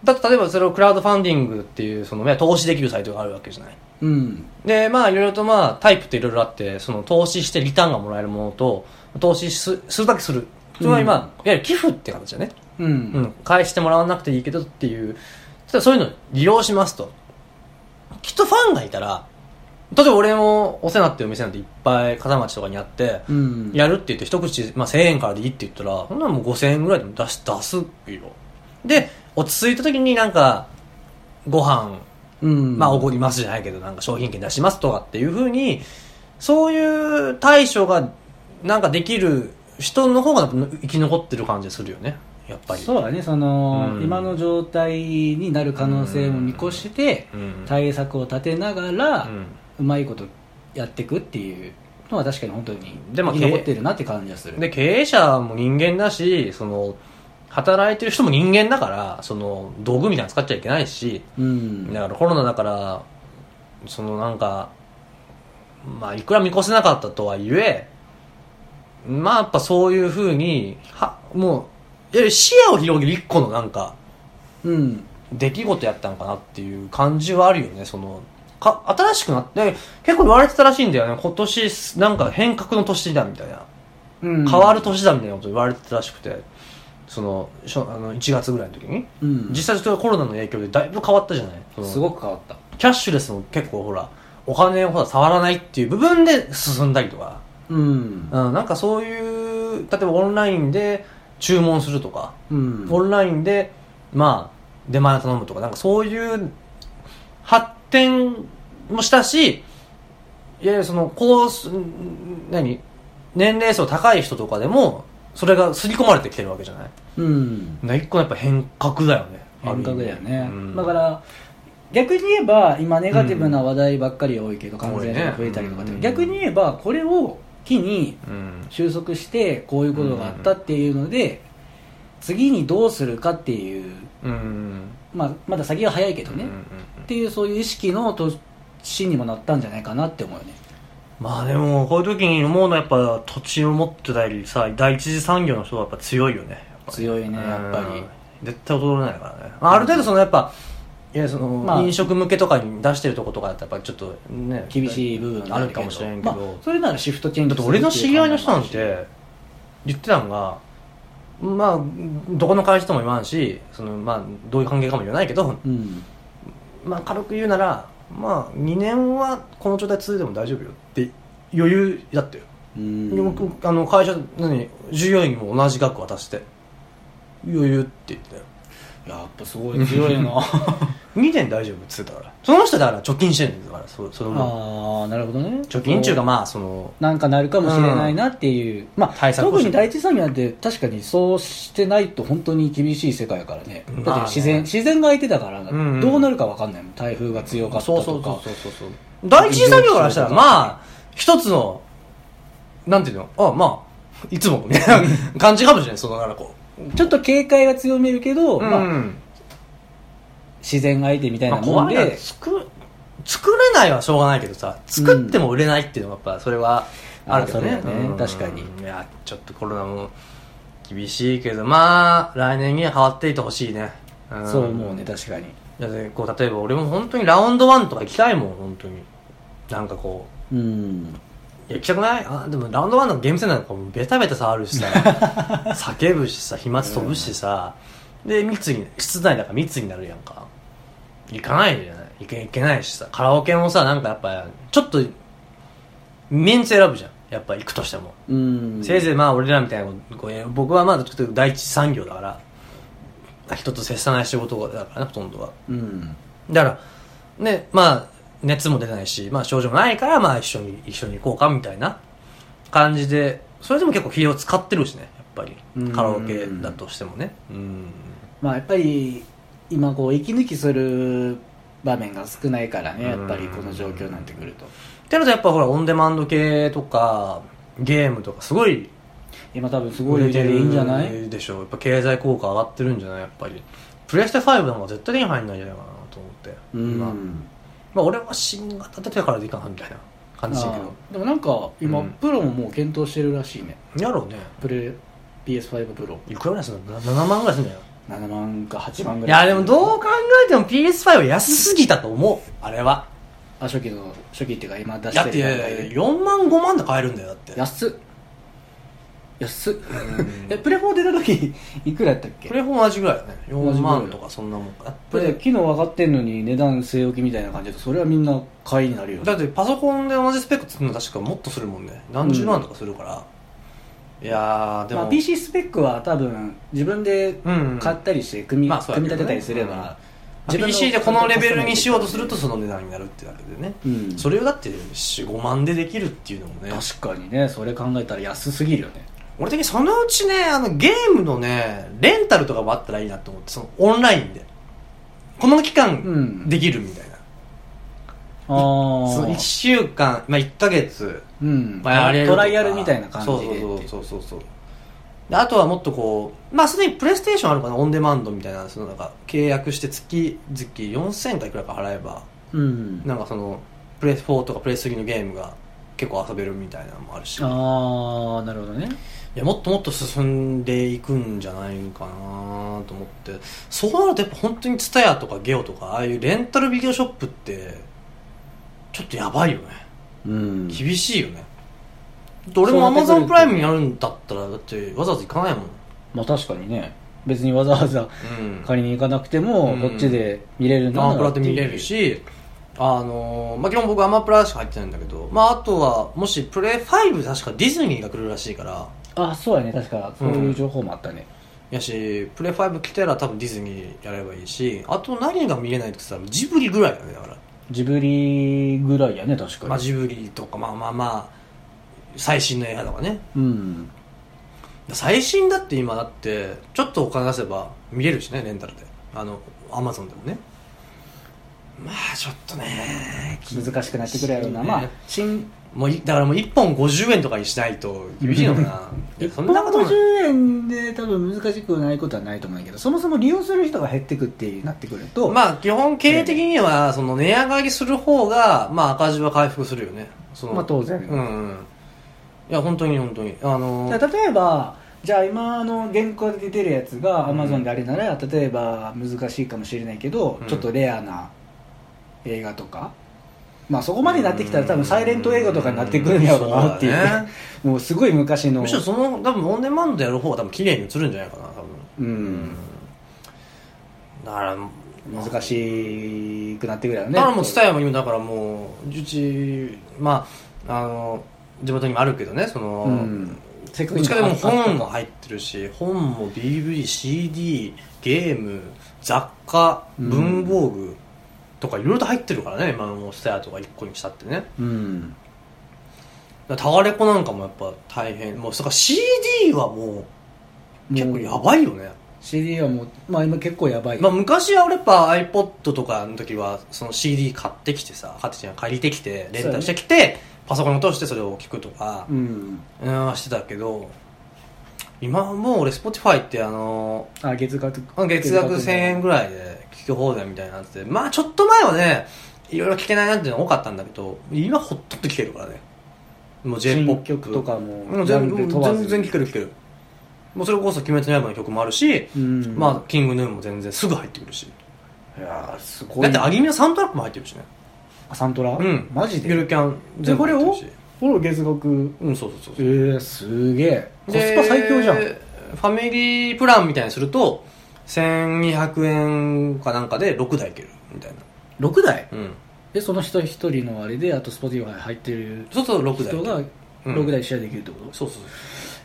Speaker 1: だって例えばそれをクラウドファンディングっていうその、ね、投資できるサイトがあるわけじゃない
Speaker 2: うん
Speaker 1: で、まあ、いろいろとまあ、タイプっていろいろあって、その、投資してリターンがもらえるものと、投資すするだけする。つまりまあ、
Speaker 2: うん
Speaker 1: いわゆる寄付って形だね。
Speaker 2: うん、
Speaker 1: うん。返してもらわなくていいけどっていう、ただそういうのを利用しますと。きっとファンがいたら、例えば俺もお世話になってるお店なんていっぱい片町とかにあって、
Speaker 2: うん
Speaker 1: やるって言って一口、まあ、1000円からでいいって言ったらそんなのもう5000円ぐらいでも出し出すよで落ち着いた時になんかご飯
Speaker 2: うん
Speaker 1: まあ、おごりますじゃないけど、なんか商品券出しますとかっていうふうに、そういう対処が、なんかできる人の方が生き残ってる感じするよね、やっぱり。
Speaker 2: そうだねその、
Speaker 1: うん
Speaker 2: 今の状態になる可能性も見越して、
Speaker 1: うん。
Speaker 2: 対策を立てながら、
Speaker 1: う
Speaker 2: うんまいことやっていくっていうのは確かに本当に
Speaker 1: でまあ
Speaker 2: 生き残ってるなって感じがする
Speaker 1: で、経営者も人間だし、その、働いてる人も人間だから、その、道具みたいなの使っちゃいけないし、
Speaker 2: うん
Speaker 1: だからコロナだから、そのなんか、まあ、いくら見越せなかったとはいえ、まあ、やっぱそういうふうに、は、もう、いや視野を広げる一個のなんか、
Speaker 2: うん
Speaker 1: 出来事やったのかなっていう感じはあるよね、その、か、新しくなって、結構言われてたらしいんだよね、今年、なんか変革の年だみたいな、
Speaker 2: うん
Speaker 1: 変わる年だみたいなこと言われてたらしくて、その、しょあの1月ぐらいの時に、
Speaker 2: うん
Speaker 1: 実際それはコロナの影響でだいぶ変わったじゃないその
Speaker 2: すごく変わった
Speaker 1: キャッシュレスも結構ほら、お金をほら触らないっていう部分で進んだりとか、
Speaker 2: うん
Speaker 1: うん、なんかそういう、例えばオンラインで注文するとか、
Speaker 2: うん
Speaker 1: オンラインで、まあ、出前を頼むとか、なんかそういう発展もしたし、いやいや、その、こうす、ん何年齢層高い人とかでも、それが刷り込まれてきてるわけじゃない
Speaker 2: うん
Speaker 1: な一個のやっぱ変革だよね。
Speaker 2: 変革だよね、
Speaker 1: うん
Speaker 2: だから逆に言えば今ネガティブな話題ばっかり多いけど関税が増えたりとかっ
Speaker 1: 多い
Speaker 2: て、
Speaker 1: ねうん
Speaker 2: 逆に言えばこれを機に
Speaker 1: うん。
Speaker 2: 収束してこういうことがあったっていうので、次にどうするかっていう、
Speaker 1: うん。
Speaker 2: まあ、まだ先が早いけどね、
Speaker 1: うんうんう
Speaker 2: っ
Speaker 1: ん
Speaker 2: ていうそういう意識の年にもなったんじゃないかなって思うよね
Speaker 1: まあでも、こういう時に思うのはやっぱ土地を持ってたりさ、第一次産業の人はやっぱ強いよね。
Speaker 2: 強いねやっぱり
Speaker 1: り。絶対衰えないからね。まあある程度そのやっぱ、いやその、
Speaker 2: まあ
Speaker 1: 飲食向けとかに出してるとことかだったらやっぱちょっとね、
Speaker 2: 厳しい部分は
Speaker 1: あるかもしれんけど。
Speaker 2: まあ、それならシフトチェン
Speaker 1: だ
Speaker 2: ジ
Speaker 1: って俺の知り合いの人なん
Speaker 2: するっていう考
Speaker 1: て、言ってたのが、まあ、どこの会社とも言わんし、その、まあ、どういう関係かも言わないけど、
Speaker 2: えもうん
Speaker 1: まあ、軽く言うなら、まあ、2年はこの状態続いても大丈夫よって余裕だったよ。
Speaker 2: うん
Speaker 1: で僕あの会社何従業員にも同じ額渡して余裕って言ってたよ
Speaker 2: やっぱすごい 強いな
Speaker 1: 2年大丈夫っつってたからその人だから貯金してるんだからそその分
Speaker 2: ああなるほどね
Speaker 1: 貯金中がまあその
Speaker 2: なんかなるかもしれないなっていう、まあ
Speaker 1: 対策を
Speaker 2: 特
Speaker 1: して
Speaker 2: に第一産業なんて確かにそうしてないと本当に厳しい世界やからね
Speaker 1: まあね
Speaker 2: だって自然、自然が相手だから
Speaker 1: んうん
Speaker 2: どうなるか分かんないもん台風が強かったと
Speaker 1: そ
Speaker 2: か
Speaker 1: うそうそうそうそうそう第一次産業からしたらまあ一つのなんていうのあまあいつもみたいな感じかもしれないそのなんかこ
Speaker 2: ちょっと警戒は強めるけど、
Speaker 1: う、
Speaker 2: まあ、
Speaker 1: ん
Speaker 2: 自然が相手みたい
Speaker 1: ま
Speaker 2: な
Speaker 1: あ、
Speaker 2: もん
Speaker 1: 怖い
Speaker 2: で、
Speaker 1: な作作れないはしょうがないけどさ作っても売れないっていうのがやっぱそれはあるけどね,、
Speaker 2: あそれはね
Speaker 1: うん
Speaker 2: 確かに
Speaker 1: いやちょっとコロナも厳しいけどまあ来年には変わっていてほしいね、ん
Speaker 2: そう思うね確かに
Speaker 1: だってこう例えば俺も本当にラウンドワンとか行きたいもん本当になんかこう
Speaker 2: うん
Speaker 1: いや行きたくないあでもラウンドワンのゲームセンターなんかもうベタベタ触る しさ叫ぶしさ飛沫飛ぶしさ、で密に室内だから密になるやんか行かないじゃない行け行けないしさカラオケもさなんかやっぱちょっとメンツ選ぶじゃんやっぱ行くとしても、
Speaker 2: うん
Speaker 1: せいぜいまあ俺らみたいなこう僕はまだちょっと第一産業だから人と接さない仕事だからねほとんどは
Speaker 2: うん
Speaker 1: だから、ね、まあ、熱も出ないし、まあ、症状もないから、まあ、一緒に、一緒に行こうか、みたいな感じで、それでも結構費用使ってるしね、やっぱり
Speaker 2: うん。
Speaker 1: カラオケだとしてもね。うん。
Speaker 2: まあやっぱり今こう息抜きする場面が少ないからねやっぱりこの状況になってくると
Speaker 1: ってなると、やっぱほら、オンデマンド系とか、ゲームとか、すごい、
Speaker 2: 今多分すごい売れてるいいんじゃない
Speaker 1: でしょう。やっぱ経済効果上がってるんじゃないやっぱり。プレステ5なんか絶対手に入んないんじゃないかなと思って。まあ、まあ俺は新型出てからでいいかな、みたいな感じだけ
Speaker 2: あーでもなんか今、
Speaker 1: うん
Speaker 2: プロももう検討してるらしいね
Speaker 1: ど。やろうね。
Speaker 2: プレ PS5 プロ
Speaker 1: いくらぐらいするの ?7 万ぐらいするんだよ。
Speaker 2: 7万か8万ぐ
Speaker 1: い
Speaker 2: ら
Speaker 1: や
Speaker 2: い
Speaker 1: でもどう考えても PS5 は安すぎたと思うあれは
Speaker 2: あ初期の初期っていうか今出
Speaker 1: だ
Speaker 2: し
Speaker 1: ってて
Speaker 2: る
Speaker 1: 4万5万で買えるんだよだって
Speaker 2: 安っ安っえプレフォー出た時 いくらやったっけ
Speaker 1: プレフォン同じぐらいだね4
Speaker 2: 同じぐら
Speaker 1: 万
Speaker 2: い
Speaker 1: とかそんなもんかな
Speaker 2: これ機能分かってんのに値段据え置きみたいな感じだとそれはみんな買いになるよね
Speaker 1: だってパソコンで同じスペック作るの確かもっとするもんね何十万とかするから、いやーでも、
Speaker 2: まあ、PC スペックは多分自分で
Speaker 1: うんうん
Speaker 2: 買ったりして組み,、
Speaker 1: まあそうだ
Speaker 2: 組
Speaker 1: け
Speaker 2: み
Speaker 1: ど
Speaker 2: 立
Speaker 1: ね
Speaker 2: てたりすれば、
Speaker 1: 自分の PC でこのレベルにしようとするとその値段になるってだけでね、
Speaker 2: うん
Speaker 1: それをだって45万でできるっていうのもね
Speaker 2: 確かにねそれ考えたら安すぎるよね
Speaker 1: 俺的にそのうちねあのゲームのねレンタルとかもあったらいいなと思ってそのオンラインでこの期
Speaker 2: うん
Speaker 1: 間できるみたいな、
Speaker 2: あ
Speaker 1: その1週間、まあ、1ヶ月、
Speaker 2: うん、
Speaker 1: まあ、やれると
Speaker 2: ト
Speaker 1: か
Speaker 2: ライアルみたいな感じで
Speaker 1: そうそうそうそうそうであとはもっとこうまあすでにプレイステーションあるかなオンデマンドみたいなそのなんか契約して月々4000かいくらか払えば
Speaker 2: うん
Speaker 1: なんかそのプレイス4とかプレイス3のゲームが結構遊べるみたいなのもあるしい
Speaker 2: ああなるほどね
Speaker 1: やもっともっと進んでいくんじゃないかなと思ってそうなるとやっぱ本当に TSUTAYA とかゲオとかああいうレンタルビデオショップってちょっとやばいよね
Speaker 2: うん
Speaker 1: 厳しいよね俺も
Speaker 2: そうなってくる
Speaker 1: Amazon
Speaker 2: と
Speaker 1: プライムにやるんだったらだってわざわざ行かないもん
Speaker 2: まあ確かにね別にわざわざ
Speaker 1: うん
Speaker 2: 借りに行かなくても、
Speaker 1: うん
Speaker 2: こっちで見れるんだ
Speaker 1: アマプ
Speaker 2: な
Speaker 1: ラ
Speaker 2: っ
Speaker 1: で
Speaker 2: ていう
Speaker 1: 見れるしあのーまあ基本僕アマプラしか入ってないんだけどまああとはもしプレイ5確かディズニーが来るらしいから
Speaker 2: あそうやね確かそういう情報もあったね、
Speaker 1: やしプレイ5来たら多分ディズニーやればいいしあと何が見れないって言ったらジブリぐらいだねだから、
Speaker 2: ジブリぐらいやね確かに、
Speaker 1: まあ、ジブリとかまあまあまあ最新の映画とかね
Speaker 2: うん
Speaker 1: 最新だって今だってちょっとお金出せば見れるしねレンタルであのアマゾンでもねまあちょっとね
Speaker 2: 難しくなってくるやろうな、
Speaker 1: ね
Speaker 2: まあ新
Speaker 1: もういだからもう1本50円とかにしないと厳しいのかないやそんなことも
Speaker 2: 150円で多分難しくないことはないと思うんだけどそもそも利用する人が減ってくってなってくると、
Speaker 1: まあ基本経営的にはその値上がりする方がまあ赤字は回復するよねその
Speaker 2: まあ当然
Speaker 1: うん、うん、いや本当に本当にあの
Speaker 2: だから例えばじゃあ今の現行で出てるやつが Amazon であれなら、例えば難しいかもしれないけど、
Speaker 1: うん
Speaker 2: ちょっとレアな映画とかまあそこまでになってきたら多分サイレント映画とかになってくるんやろうなっていう,、
Speaker 1: うんそうだね
Speaker 2: もうすごい昔の
Speaker 1: むしろその多分オンデマンドでやる方が多分綺麗に映るんじゃないかな多分
Speaker 2: うん、
Speaker 1: だから
Speaker 2: 難しくなってくるよね
Speaker 1: だからもう蔦屋も今だからもううちまああの地元にもあるけどねその、
Speaker 2: う
Speaker 1: うん
Speaker 2: せっかく
Speaker 1: ちかでも本も
Speaker 2: が
Speaker 1: 入ってるし本も DVCD ゲーム雑貨文房具とかいろいろと入ってるからね今のもう蔦屋とか一個にしたってね
Speaker 2: うん
Speaker 1: だからタワレコなんかもやっぱ大変もうそれから CD はもう結構やばいよね
Speaker 2: CD はもう、まあ、今結構やばい、
Speaker 1: まあ、昔は俺やっぱ iPod とかの時はその CD 買ってきてさ買ってきて借りてきてレンタルしてきて、パソコンを通してそれを聞くとか
Speaker 2: う、ん
Speaker 1: うん、してたけど今はもう俺 Spotify ってあの
Speaker 2: あ月額
Speaker 1: 月額1000円ぐらいで聞き放題みたいになっててまあちょっと前はねいろいろ聞けないなっていうのが多かったんだけぐらいけど今ほっとって聞けるからねもう j p o
Speaker 2: 新
Speaker 1: p
Speaker 2: 曲とかも
Speaker 1: うん全
Speaker 2: ジャンル
Speaker 1: 全
Speaker 2: 問わず
Speaker 1: 然聞ける聞けるもうそれこそ「鬼滅の刃」の曲もあるし、
Speaker 2: うん
Speaker 1: まあ、キングヌーも全然すぐ入ってくるし
Speaker 2: いやーすご
Speaker 1: だ
Speaker 2: い
Speaker 1: ってアニメのサウンドトラックも入ってるしね
Speaker 2: あサントラ
Speaker 1: うん
Speaker 2: マジで
Speaker 1: ゆるキャン
Speaker 2: でこれ
Speaker 1: 入
Speaker 2: を
Speaker 1: ってるし
Speaker 2: これを月額
Speaker 1: うんそうそうそう
Speaker 2: えー、すげえコス
Speaker 1: で
Speaker 2: パ最強じゃん
Speaker 1: ファミリープランみたいにすると1200円かなんかで6台いけるみたいな
Speaker 2: 6台
Speaker 1: うん
Speaker 2: でその人一人のあれであと Spotify 入ってる
Speaker 1: そうそう6台
Speaker 2: 人が
Speaker 1: うん
Speaker 2: 6台シェアできるってこと、
Speaker 1: そうそう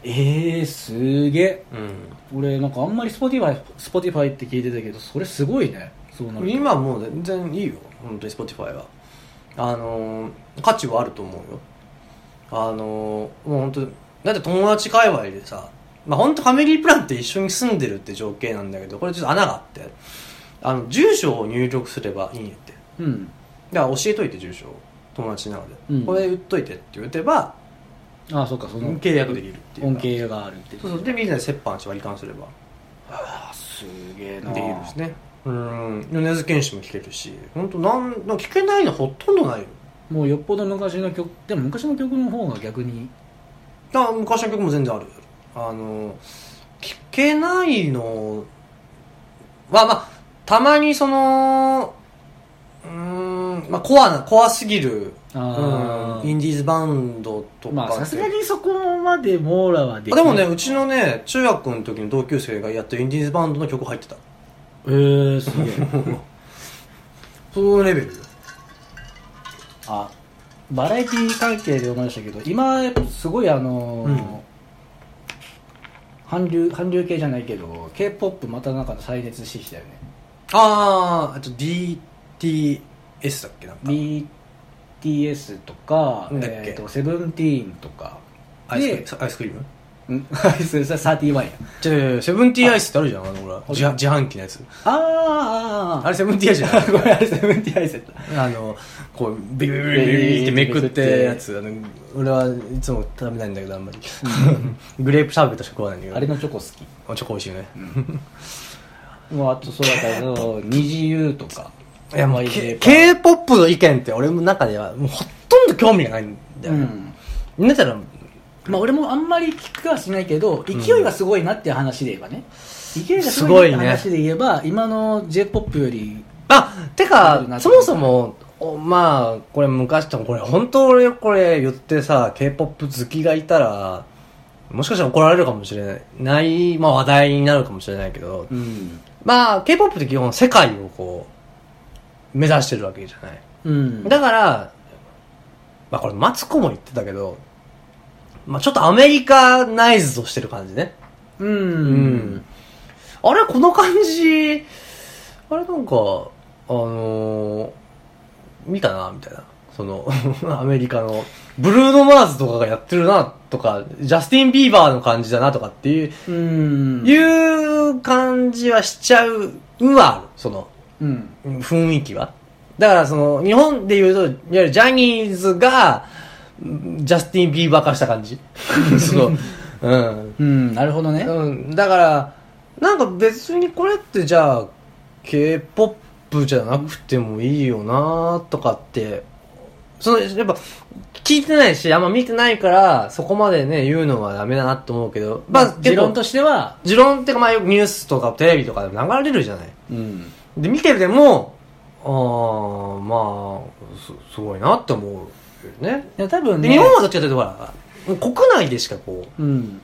Speaker 2: えー、すげえ
Speaker 1: そう、
Speaker 2: 俺なんかあんまり Spotify, Spotify って聞いてたけどそれすごいねそうな
Speaker 1: うん、
Speaker 2: ると
Speaker 1: 今もう全然いいよ本当に Spotify はあのー価値はあると思うよあのーもう本当だって友達界隈でさまあ本当ファミリープランって一緒に住んでるって条件なんだけどこれちょっと穴があってあの住所を入力すればいいんやって
Speaker 2: うん
Speaker 1: だから教えといて住所を友達なので、
Speaker 2: うん
Speaker 1: これ打っといてって打てば
Speaker 2: ああそっかその
Speaker 1: 契約できるっていう
Speaker 2: 恩
Speaker 1: か
Speaker 2: 恵があるって
Speaker 1: そうそうでみんなで折半して割り勘すれば
Speaker 2: あすげえな
Speaker 1: できるしねうん米津玄師も聞けるし本当なんなん聞けないのほとんどないよ
Speaker 2: もうよっぽど昔の曲でも昔の曲の方が逆に
Speaker 1: だから昔の曲も全然あるあの聞けないのはまあたまにそのうーんまあコアなコアすぎる
Speaker 2: あーうん
Speaker 1: インディーズバンドとかって、
Speaker 2: まあさすがにそこまで網羅はでき
Speaker 1: あ
Speaker 2: な
Speaker 1: で
Speaker 2: い
Speaker 1: もねうちのね中学の時の同級生がやったインディーズバンドの曲入ってた
Speaker 2: えー、すげえ
Speaker 1: そのレベル
Speaker 2: あバラエティ関係で思いましたけど今やっぱすごいあのー
Speaker 1: うん
Speaker 2: 韓流韓流系じゃないけど k p o p またなんか再熱してきたよね
Speaker 1: あーあと DTS だっけなんか
Speaker 2: BTS とか
Speaker 1: なんだっけ
Speaker 2: えーとセブンティーンとか
Speaker 1: アイスクリームアイスクリーム
Speaker 2: ん それさ31や
Speaker 1: じゃセブンティーンアイスってあるじゃんあのほら自販自販機のやつ
Speaker 2: あーあー
Speaker 1: あれセブンティーンアイスじゃない
Speaker 2: あごめんあれセブンティーンアイスやった
Speaker 1: あのこうビリビリビリビリってめくってやつあの俺はいつも食べないんだけどあんまりグレープシャーベットしか食わないんだけど
Speaker 2: あれのチョコ好き
Speaker 1: あチョコ美味しいよね
Speaker 2: もうあとそうだけど二次優とか
Speaker 1: いやもう
Speaker 2: まあ
Speaker 1: K-
Speaker 2: いいね
Speaker 1: K-POP の意見って俺の中ではもうほとんど興味がないんだよ
Speaker 2: う
Speaker 1: ね、
Speaker 2: ん
Speaker 1: みんなたら
Speaker 2: まあ俺もあんまり聞くはしないけど勢いがすごいなっていう話で言えばね勢いがすごいなっていう話で言えば、今の j p o p より
Speaker 1: あて
Speaker 2: なるな
Speaker 1: か
Speaker 2: って
Speaker 1: そもそもおまあこれ昔ともこれ本当俺これ言ってさ K-POP 好きがいたらもしかしたら怒られるかもしれないない、まあ、話題になるかもしれないけど、
Speaker 2: うん
Speaker 1: まあ K-POP って基本世界をこう目指してるわけじゃない
Speaker 2: うん
Speaker 1: だから、まあこれマツコも言ってたけど、まあちょっとアメリカナイズとしてる感じね。
Speaker 2: うん、
Speaker 1: うんあれこの感じ、あれなんか、あのー見たな、みたいな。その、 アメリカの、ブルーノ・マーズとかがやってるな、とか、ジャスティン・ビーバーの感じだな、とかっていう、
Speaker 2: うん
Speaker 1: いう感じはしちゃう、うわ、その、
Speaker 2: うん
Speaker 1: 雰囲気はだからその日本でいうといわゆるジャニーズがうんジャスティン・ビーバー化した感じ そのうん、
Speaker 2: うんなるほどね
Speaker 1: うん、だからなんか別にこれってじゃあ k p o p じゃなくてもいいよなとかってそのやっぱ聞いてないしあんま見てないからそこまでね言うのはダメだなと思うけどまあ
Speaker 2: 持
Speaker 1: 結
Speaker 2: 論
Speaker 1: 構
Speaker 2: としては
Speaker 1: 持論っていうかまあよくニュースとかテレビとかでも流れるじゃない
Speaker 2: うん
Speaker 1: で見ててもああまあすすごいなって思うよね
Speaker 2: いや多分
Speaker 1: で
Speaker 2: ね
Speaker 1: 日本はどっちかというとほらもう国内でしかこう
Speaker 2: うん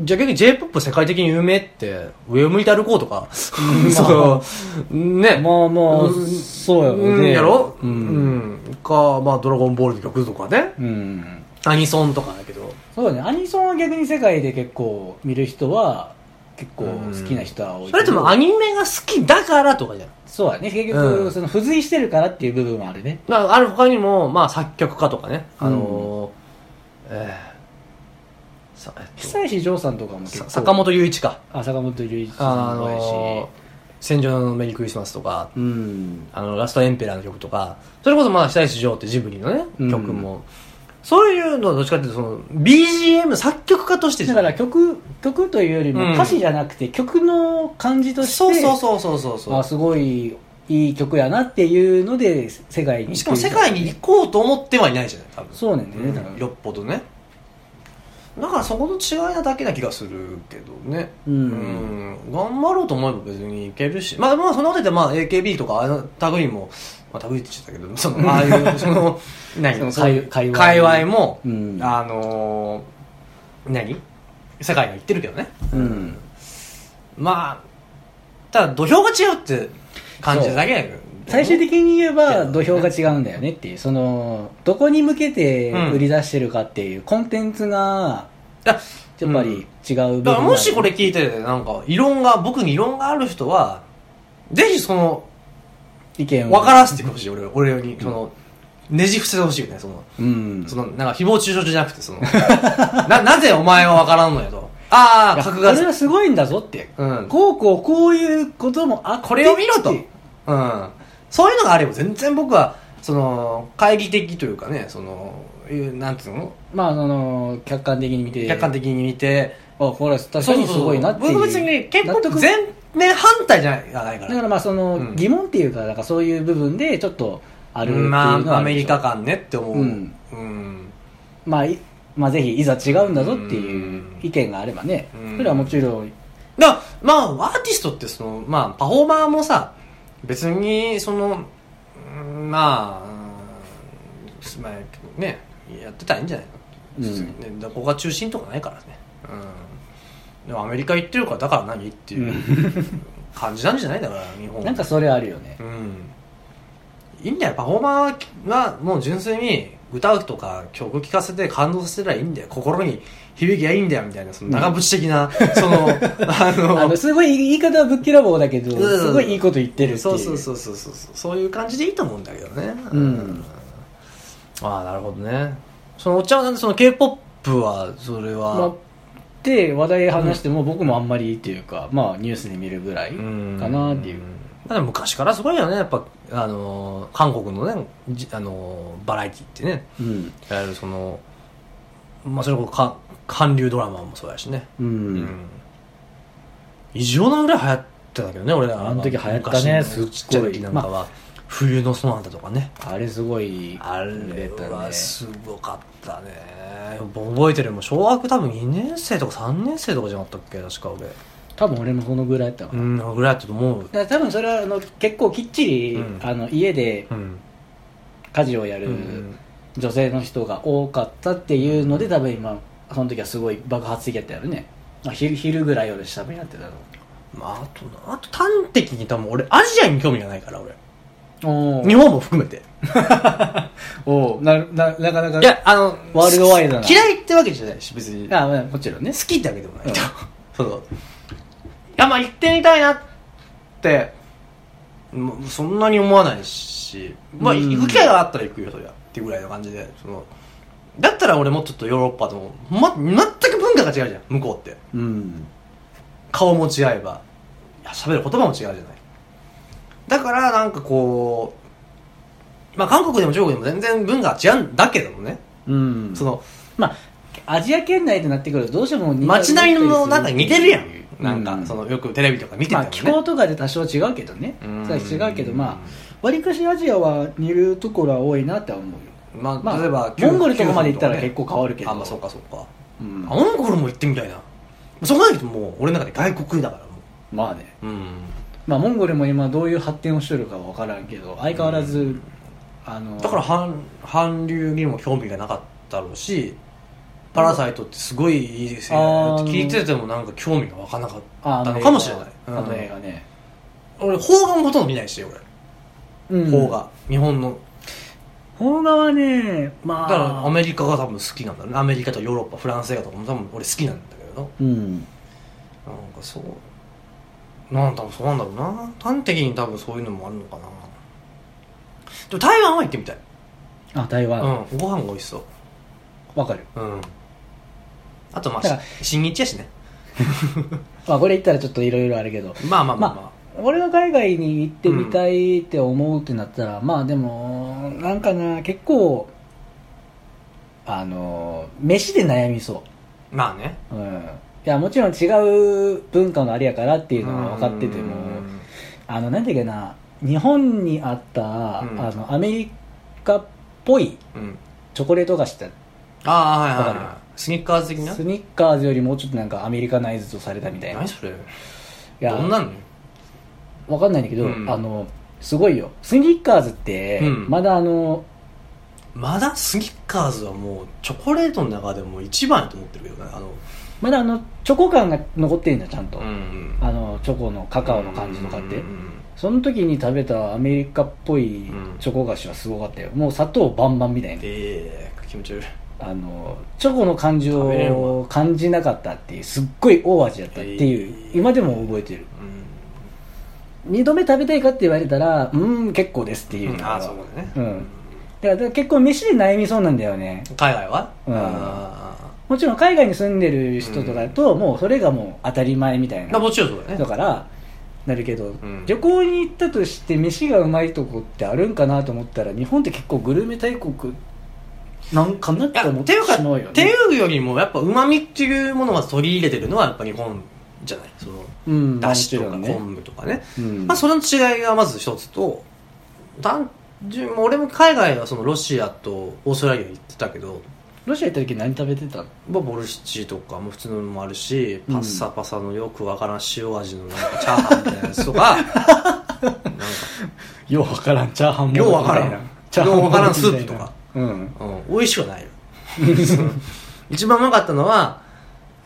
Speaker 1: じゃあ逆に J-POP 世界的に有名って上を向いて歩こうとか そうね
Speaker 2: まあまあ
Speaker 1: ん
Speaker 2: そうやろうね
Speaker 1: んやろ
Speaker 2: う
Speaker 1: うんん、かまあ「ドラゴンボール」の曲とかね
Speaker 2: うん
Speaker 1: アニソンとかだけど
Speaker 2: そうだねアニソンは逆に世界で結構見る人は結構好きな人は多いけ
Speaker 1: そ
Speaker 2: ど
Speaker 1: れってもうアニメが好きだからとかじゃん
Speaker 2: そうだね結局、
Speaker 1: うん
Speaker 2: その付随してるからっていう部分はあるね
Speaker 1: だからある他にも、まあ、作曲家とかねあのーえーさえっと
Speaker 2: 久石譲さんとかも結
Speaker 1: さ
Speaker 2: 構
Speaker 1: 坂本龍一か
Speaker 2: あ坂本龍一
Speaker 1: あ
Speaker 2: さんも多いし、
Speaker 1: の戦場のメリークリスマスとか、
Speaker 2: うん
Speaker 1: あの、ラストエンペラーの曲とか、それこそまあ、久石譲ってジブリのね、
Speaker 2: うん
Speaker 1: 曲も、そういうのはどっちかっていうと、その、BGM、作曲家としてじゃ
Speaker 2: だか
Speaker 1: ない
Speaker 2: ら曲曲というより
Speaker 1: うん
Speaker 2: も歌詞じゃなくて曲の感じとして、
Speaker 1: そうそうそうそうそうそ
Speaker 2: あすごいいい曲やなっていうので世界
Speaker 1: う。
Speaker 2: に
Speaker 1: しかも世界に行こうと思ってはいないじゃない、多分。
Speaker 2: そうなんだよね、だから
Speaker 1: うんよっぽどね。だからそこの違いなだけな気がするけどね。
Speaker 2: うん
Speaker 1: うん頑張ろうと思えば別にいけるし、まあ、まあそんなこと言ってまあ AKB とかあの類も、まあ、類って言っちゃったけど そのああ いうその何
Speaker 2: その
Speaker 1: そういう
Speaker 2: 界
Speaker 1: 界
Speaker 2: 隈
Speaker 1: 隈も、
Speaker 2: うん
Speaker 1: あのー何世界が言ってるけどね
Speaker 2: うん
Speaker 1: まあただ土俵が違うって感じるだけだけどね
Speaker 2: 最終的に言えば
Speaker 1: うん
Speaker 2: 土俵が違うんだよねっていうそのどこに向けて売り出してるかっていうコンテンツが
Speaker 1: だ
Speaker 2: やっぱり違う部分
Speaker 1: だからもしこ
Speaker 2: れ
Speaker 1: れ聞いててなんか異論が僕に異論がある人はぜひその
Speaker 2: 意見を
Speaker 1: 分からせてほしい俺俺にそのねじ伏せてほしいよねその
Speaker 2: うん
Speaker 1: そのなんか誹謗中傷じゃなくてその ななぜお前は分からんのやとああ格
Speaker 2: これ
Speaker 1: が
Speaker 2: はすごいんだぞって、
Speaker 1: うん
Speaker 2: こうこうこういうこともあって
Speaker 1: これを見ろと
Speaker 2: って
Speaker 1: うんそういうのがあれば全然僕はその懐疑的というかねそのいうなんつうの
Speaker 2: まあその客観的に見て
Speaker 1: 客観的に見て
Speaker 2: あこれは確かにすごいなっていう
Speaker 1: 僕別に結
Speaker 2: 納
Speaker 1: 構
Speaker 2: 得
Speaker 1: 全面反対じゃないがないか
Speaker 2: だかららまあその、
Speaker 1: うん
Speaker 2: 疑問っていうかなんかそういう部分でちょっとあるっていうのは
Speaker 1: ま
Speaker 2: あるでしょ
Speaker 1: あアメリカ感ねって思う
Speaker 2: う
Speaker 1: うんん、
Speaker 2: まあいまあぜひいざ違うんだぞっていう意見があればね、
Speaker 1: うん
Speaker 2: それはもちろん
Speaker 1: だからまあアーティストってそのまあパフォーマーもさ別にそのうんまあうんまあねやってたらいいんじゃないの、
Speaker 2: うん
Speaker 1: ねどこが中心とかないからね、うん、でもアメリカ行ってるからだから何っていう感じなんじゃないだから日本
Speaker 2: なんかそれあるよね
Speaker 1: うんいいんだよパフォーマーはもう純粋に歌うとか曲聴かせて感動させればいいんだよ心に響きゃいいんだよみたいなその長渕的な、そ のあの
Speaker 2: あのすごい言い方はぶっきらぼうだけど
Speaker 1: うん
Speaker 2: すごいいいこと言ってるっていう
Speaker 1: そうそうそうそうそうそういう感じでいいと思うんだけどね
Speaker 2: うん
Speaker 1: ああなるほどねそのおっちゃんはなんでその k p o p はそれは、
Speaker 2: まあで話題話しても僕もあんまりっていうか、まあニュースで見るぐらいかなっていう、
Speaker 1: まあでも昔からすごいよねやっぱあのー韓国のねじあのーバラエティってね
Speaker 2: うん
Speaker 1: いわゆるそのまあそれこそか韓流ドラマもそうやしね
Speaker 2: うん
Speaker 1: うん異常なぐらい流行ってたけどね俺ら
Speaker 2: あの時流行ったね
Speaker 1: 昔の
Speaker 2: す
Speaker 1: ち
Speaker 2: っ
Speaker 1: っ
Speaker 2: ごい
Speaker 1: ちゃい時なんかは、冬のソナタとかね
Speaker 2: あれすごい
Speaker 1: あれ
Speaker 2: だね
Speaker 1: はすごかったね覚えてるもん小学多分2年生とか3年生とかじゃなかったっけ確か俺
Speaker 2: 多分俺もそのぐらいだったか
Speaker 1: う
Speaker 2: な、
Speaker 1: んぐらいだったと思う
Speaker 2: だから多分それはあの結構きっちり、
Speaker 1: うん
Speaker 2: あの家で
Speaker 1: うん、
Speaker 2: 家事をやる
Speaker 1: うん
Speaker 2: 女性の人が多かったっていうので多分今その時はすごい爆発的やったよねあ昼昼ぐらいより下になってた
Speaker 1: まあ、あとなあと端的に多分俺アジアに興味がないから俺
Speaker 2: のお
Speaker 1: 日本も含めて
Speaker 2: おうなななかなか
Speaker 1: いやあの
Speaker 2: ワールドワイドな
Speaker 1: 嫌いってわけじゃないし別に好
Speaker 2: あまあもちろんね
Speaker 1: きってわけでもない、
Speaker 2: うん
Speaker 1: そういやまあ行ってみたいなってもうそんなに思わないしまあ
Speaker 2: うん
Speaker 1: 行く機会があったら行くよそりゃっていうぐらいの感じでそのだったら俺もちょっとヨーロッパと、ま、全く文化が違うじゃん向こうって
Speaker 2: うん
Speaker 1: 顔も違えばいや喋る言葉も違うじゃないだからなんかこうまあ韓国でも中国でも全然文化が違うんだけどもね、
Speaker 2: うん
Speaker 1: その
Speaker 2: まあアジア圏内となってくるとどうしても似た
Speaker 1: 街並みのなんか似てるやん
Speaker 2: うん
Speaker 1: なんかそのよくテレビとか見てて
Speaker 2: ま
Speaker 1: も
Speaker 2: あ
Speaker 1: ね、
Speaker 2: 気候とかで多少違うけどね
Speaker 1: うん
Speaker 2: それは違うけどまあわりかしアジアは似るところは多いなって思うよ
Speaker 1: ま
Speaker 2: まあ
Speaker 1: あ、例えば、
Speaker 2: モンゴルとかまで行ったら結構変わるけど
Speaker 1: あ、まあ、そうか、そうか。
Speaker 2: うん
Speaker 1: あモンゴルも行ってみたいな。そこまで行くともう、俺の中で外国だから、も
Speaker 2: まあね
Speaker 1: う。うん。
Speaker 2: まあモンゴルも今どういう発展をしてるかは分からんけど相変わらず、あの
Speaker 1: だから、韓、韓流にも興味がなかったろうし、パラサイトってすごいいいですよ
Speaker 2: あー
Speaker 1: ね。聞いててもなんか興味がわかなかっ
Speaker 2: あ
Speaker 1: た
Speaker 2: の
Speaker 1: のかもしれない。
Speaker 2: あ
Speaker 1: うん
Speaker 2: の映画ね、
Speaker 1: 俺、邦画もほとんど見ないし、俺。
Speaker 2: うん
Speaker 1: 邦画。日本の。
Speaker 2: 邦画はねま
Speaker 1: だ
Speaker 2: あ
Speaker 1: から、アメリカが多分好きなんだろうね。アメリカとヨーロッパ、フランス映画とかも多分俺好きなんだけど。
Speaker 2: うん
Speaker 1: なんかそうなん多分そうなんだろうな端的に多分そういうのもあるのかなでも台湾は行ってみたい、
Speaker 2: あ台
Speaker 1: う
Speaker 2: 湾わ、
Speaker 1: ん、ご飯が美味しそ
Speaker 2: かる、
Speaker 1: ううんあとまあ
Speaker 2: だから
Speaker 1: し新日やしね
Speaker 2: まあ、これ言ったらちょっといろいろあるけど
Speaker 1: まあまあまあ
Speaker 2: まあ俺が海外に行ってみたいって思うってなったら、まあでもなんかな結構あの飯で悩みそ
Speaker 1: まあ、まあね
Speaker 2: ううんいやもちろん違う文化のあれやからっていうのが分かってても
Speaker 1: うん
Speaker 2: あの、なんていうかな、日本にあった、
Speaker 1: ん
Speaker 2: あの、アメリカっぽい
Speaker 1: うん
Speaker 2: チョコレート菓子って、
Speaker 1: ああはいはい
Speaker 2: わか
Speaker 1: はいスニッカーズ的な
Speaker 2: スニッカーズよりもうちょっとなんかアメリカナイズとされたみたいな。
Speaker 1: 何
Speaker 2: い
Speaker 1: それ
Speaker 2: や、
Speaker 1: どんなんの
Speaker 2: わかんないんだけど、
Speaker 1: うん
Speaker 2: あの、すごいよ。スニッカーズって、
Speaker 1: うん
Speaker 2: まだあの、
Speaker 1: まだスニッカーズはもうチョコレートの中でも一番やと思ってるけどねあの
Speaker 2: まだあの、チョコ感が残ってるんだ、ちゃんと。
Speaker 1: ん
Speaker 2: あの、チョコのカカオの感じとかって。
Speaker 1: うんうん
Speaker 2: その時に食べたアメリカっぽい
Speaker 1: うん
Speaker 2: チョコ菓子はすごかったよ。もう砂糖バンバンみたいな。
Speaker 1: ええ気持ち悪い
Speaker 2: あのチョコの感情
Speaker 1: 食べれん
Speaker 2: を感じなかったっていうすっごい大味だったっていう、
Speaker 1: えー
Speaker 2: 今でも覚えてる
Speaker 1: うん
Speaker 2: 2度目食べたいかって言われたらうーん結構ですっていう、
Speaker 1: ああそうだね、
Speaker 2: うんだからだから結構飯で悩みそうなんだよね
Speaker 1: 海外は
Speaker 2: うん
Speaker 1: あ
Speaker 2: もちろん海外に住んでる人とかだと、もうそれがもう当たり前みたい
Speaker 1: ーま
Speaker 2: な
Speaker 1: あもちろんそうだ
Speaker 2: だ
Speaker 1: ね
Speaker 2: からなるけど、
Speaker 1: ん
Speaker 2: 旅行に行ったとして飯がうまいとこってあるんかなと思ったら日本って結構グルメ大国なんかなっ
Speaker 1: いや
Speaker 2: て思っ
Speaker 1: って
Speaker 2: て
Speaker 1: いうか
Speaker 2: しまうよね
Speaker 1: っていうよりもやっぱうまみっていうものが取り入れてるのはやっぱ日本じゃないその
Speaker 2: うん
Speaker 1: だしとか
Speaker 2: もちろんね
Speaker 1: 昆布とかね、
Speaker 2: うん
Speaker 1: まあそれの違いがまず一つと単純俺も海外はそのロシアとオーストラリア行ってたけど
Speaker 2: ロシア行った時何食べてたの
Speaker 1: まあボルシチとかも普通のもあるし
Speaker 2: うん
Speaker 1: パッサパサのよくわからん塩味のなんかチャーハンみたいなやつとか なんか
Speaker 2: ようわからんチャーハン
Speaker 1: ようわからん
Speaker 2: チャーハン
Speaker 1: ようわからんスープとか
Speaker 2: うん
Speaker 1: うん、美味しくはないよ 一番うまかったのは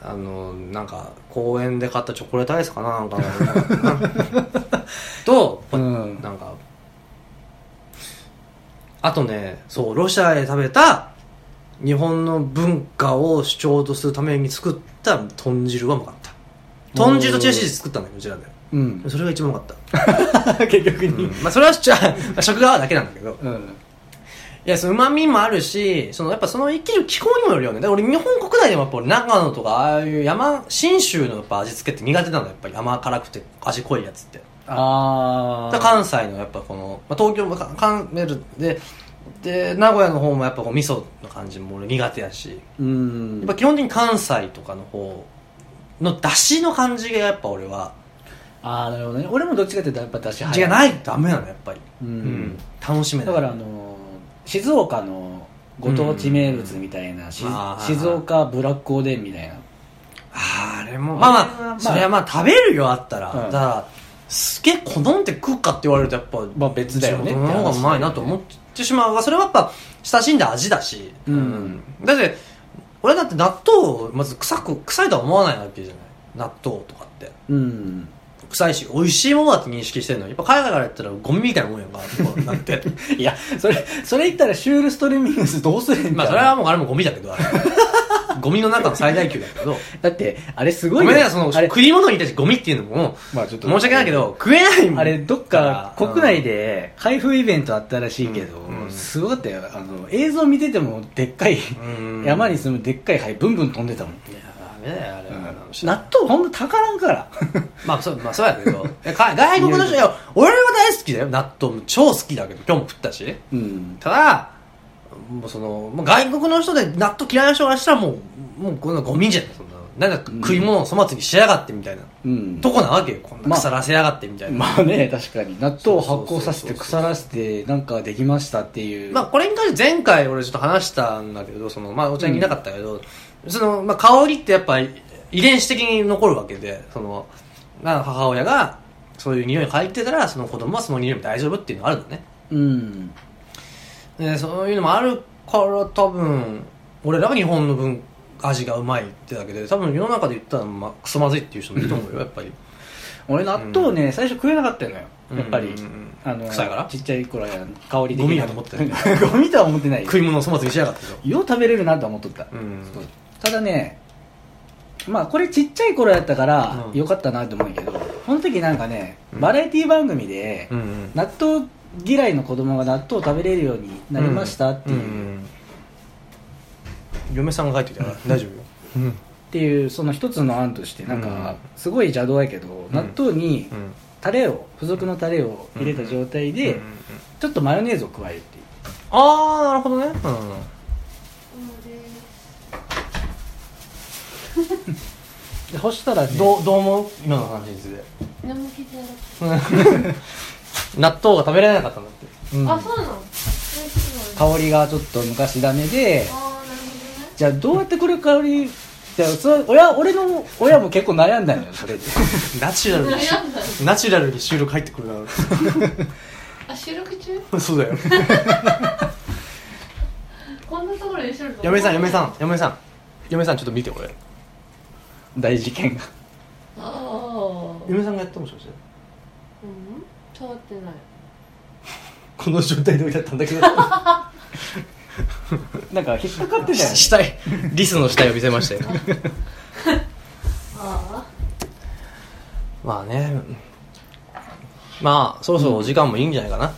Speaker 1: あのなんか公園で買ったチョコレートアイスかな なんかと、
Speaker 2: うん
Speaker 1: なんかあとねそうロシアで食べた日本の文化を主張とするために作った豚汁はうまかった豚汁とチラシで作ったんだけどうちらで
Speaker 2: うん
Speaker 1: それが一番うまかった
Speaker 2: 結局
Speaker 1: うん
Speaker 2: に
Speaker 1: まあ、それはしちゃ 食が合うだけなんだけど
Speaker 2: うん
Speaker 1: いやそのうまみもあるしそのやっぱその生きる気候にもよるよねだから俺日本国内でもやっぱ俺長野とかああいう山信州のやっぱ味付けって苦手なのやっぱり甘辛くて味濃いやつって
Speaker 2: あ
Speaker 1: だから関西のやっぱこの、まあ、東京もか関メルでで名古屋の方もやっぱこう味噌の感じも俺苦手やし
Speaker 2: うん
Speaker 1: やっぱ基本的に関西とかの方の出汁の感じがやっぱ俺は
Speaker 2: ああなるほどね俺もどっちかっていうとやっぱ出し
Speaker 1: 味がないとダメなのやっぱり、
Speaker 2: うん
Speaker 1: うん楽しめない
Speaker 2: だからあの静岡のご当地名物みたいな、し
Speaker 1: うんあー
Speaker 2: 静岡ブラックおでんみたいな
Speaker 1: あれも
Speaker 2: ま
Speaker 1: まあ
Speaker 2: あまあ
Speaker 1: まあそれはまあ食べるよあったら、
Speaker 2: うん
Speaker 1: だからすげえ好んで食うかって言われるとやっぱ、
Speaker 2: まあ別だよね
Speaker 1: 地元の方がうまいなと思ってしまうがそれはやっぱ親しんだ味だし、
Speaker 2: うん
Speaker 1: だって俺だって納豆をまず臭く臭いとは思わないわけじゃない納豆とかって
Speaker 2: うん
Speaker 1: 臭いし美味しいものだって認識してるのにやっぱ海外からやったらゴミみたいなもんやん かなんて
Speaker 2: いやそれそれ言ったらシュールストリーミングスどうするんだ、
Speaker 1: まあそれはもうあれもゴミだけどあれ ゴミの中の最大級だけ ど
Speaker 2: だってあれすご
Speaker 1: ご
Speaker 2: い
Speaker 1: め
Speaker 2: よ
Speaker 1: んねその
Speaker 2: あれ
Speaker 1: 食い物に対してゴミっていうのも
Speaker 2: まあちょっ
Speaker 1: 申し訳ないけど食えないもん
Speaker 2: あれどっか
Speaker 1: うん
Speaker 2: 国内で開封イベントあったらしいけど、
Speaker 1: うんうん
Speaker 2: すごかったよあの映像見ててもでっかい、
Speaker 1: うん
Speaker 2: 山に住むでっかい灰ブンブン飛んでたもん、
Speaker 1: いやダメだよあれは、あの人
Speaker 2: 納豆ほんとたからん から
Speaker 1: まあそうまあそうやけ どいやか外国の人いや俺は大好きだよ納豆超好きだけど今日も食ったし
Speaker 2: うん
Speaker 1: ただもうそのもう外国の人で納豆嫌いな人からしたらもうもうこんなゴミじゃんそんななんか
Speaker 2: うん
Speaker 1: 食い物を粗末にしやがってみたいな、
Speaker 2: うん
Speaker 1: とこなわけよこん
Speaker 2: ま
Speaker 1: な
Speaker 2: あ
Speaker 1: 腐らせやがってみたいな、まあ
Speaker 2: まあね確かに納豆を発酵さ
Speaker 1: そうそう
Speaker 2: せ
Speaker 1: そうそ
Speaker 2: て
Speaker 1: う
Speaker 2: 腐らせてなんかできましたっていう
Speaker 1: これに関して前回俺ちょっと話したんだけどその、まあ、お茶にいなかったけど、そのまあ、香りってやっぱ遺伝子的に残るわけでその、まあ、母親がそういう匂いを嗅いでたらその子供はその匂いも大丈夫っていうのがあるのね
Speaker 2: うん
Speaker 1: でそういうのもあるから多分俺らが日本の分味がうまいってだけで多分世の中で言ったら、まあ、クソまずいっていう人もいると思うよやっぱり
Speaker 2: 俺納豆ね、最初食えなかったのよやっぱり、
Speaker 1: うんうんうん
Speaker 2: あの
Speaker 1: 臭いから
Speaker 2: ちっちゃい頃は香りで
Speaker 1: ゴミやと思ってたよ
Speaker 2: ゴミとは思ってないよ
Speaker 1: 食い物を粗末にしやがってと
Speaker 2: よう食べれるなとは思っとった、
Speaker 1: うん
Speaker 2: そうただねまあこれちっちゃい頃やったから
Speaker 1: うん
Speaker 2: よかったなと思うんやけど、この時なんかねバラエティ番組で、
Speaker 1: うんうん
Speaker 2: 納豆嫌いの子供が納豆を食べれるようになりましたっていう、
Speaker 1: んうん嫁さんが入ってきたから大丈夫よ、うん
Speaker 2: っていうその一つの案としてなん
Speaker 1: うん
Speaker 2: かすごい邪道やけど、納豆にタレを付属のタレを入れた状態
Speaker 1: うんう
Speaker 2: で、
Speaker 1: んうん
Speaker 2: ちょっとマヨネーズを加えるっていう
Speaker 1: ああなるほどねうん
Speaker 2: でそしたら、ね、
Speaker 1: どうどう思う今の話について
Speaker 3: 何も聞いてなかっ
Speaker 1: 納豆が食べられなかったんだって
Speaker 2: うん
Speaker 3: た。あ、そうなの。えそうなの
Speaker 2: 香りがちょっと昔ダメで
Speaker 3: あー、なる
Speaker 2: じゃあどうやってこれ香りじゃあそれ親俺の親も結構悩んだのよそれで
Speaker 1: ナチュラ
Speaker 3: ほど
Speaker 1: ル
Speaker 3: ね。
Speaker 1: に
Speaker 3: 悩んだの。
Speaker 1: ナチュラルに収録入ってくるな
Speaker 3: あ、収録中。
Speaker 1: そうだよ
Speaker 3: こんなところで収録。
Speaker 1: 嫁さん嫁さん嫁さん嫁さんちょっと見てこれ
Speaker 2: 大事件が
Speaker 3: ああ。うん。
Speaker 1: 嫁さんがやったもしかして
Speaker 3: 触ってない。
Speaker 1: この状態で置いてあったんだ けど
Speaker 2: なんか引っかかってたよね
Speaker 1: 死体リスの死体を見せましたよ
Speaker 3: あ
Speaker 1: まあねまあそろそろお時間もいいんじゃないかな、
Speaker 2: い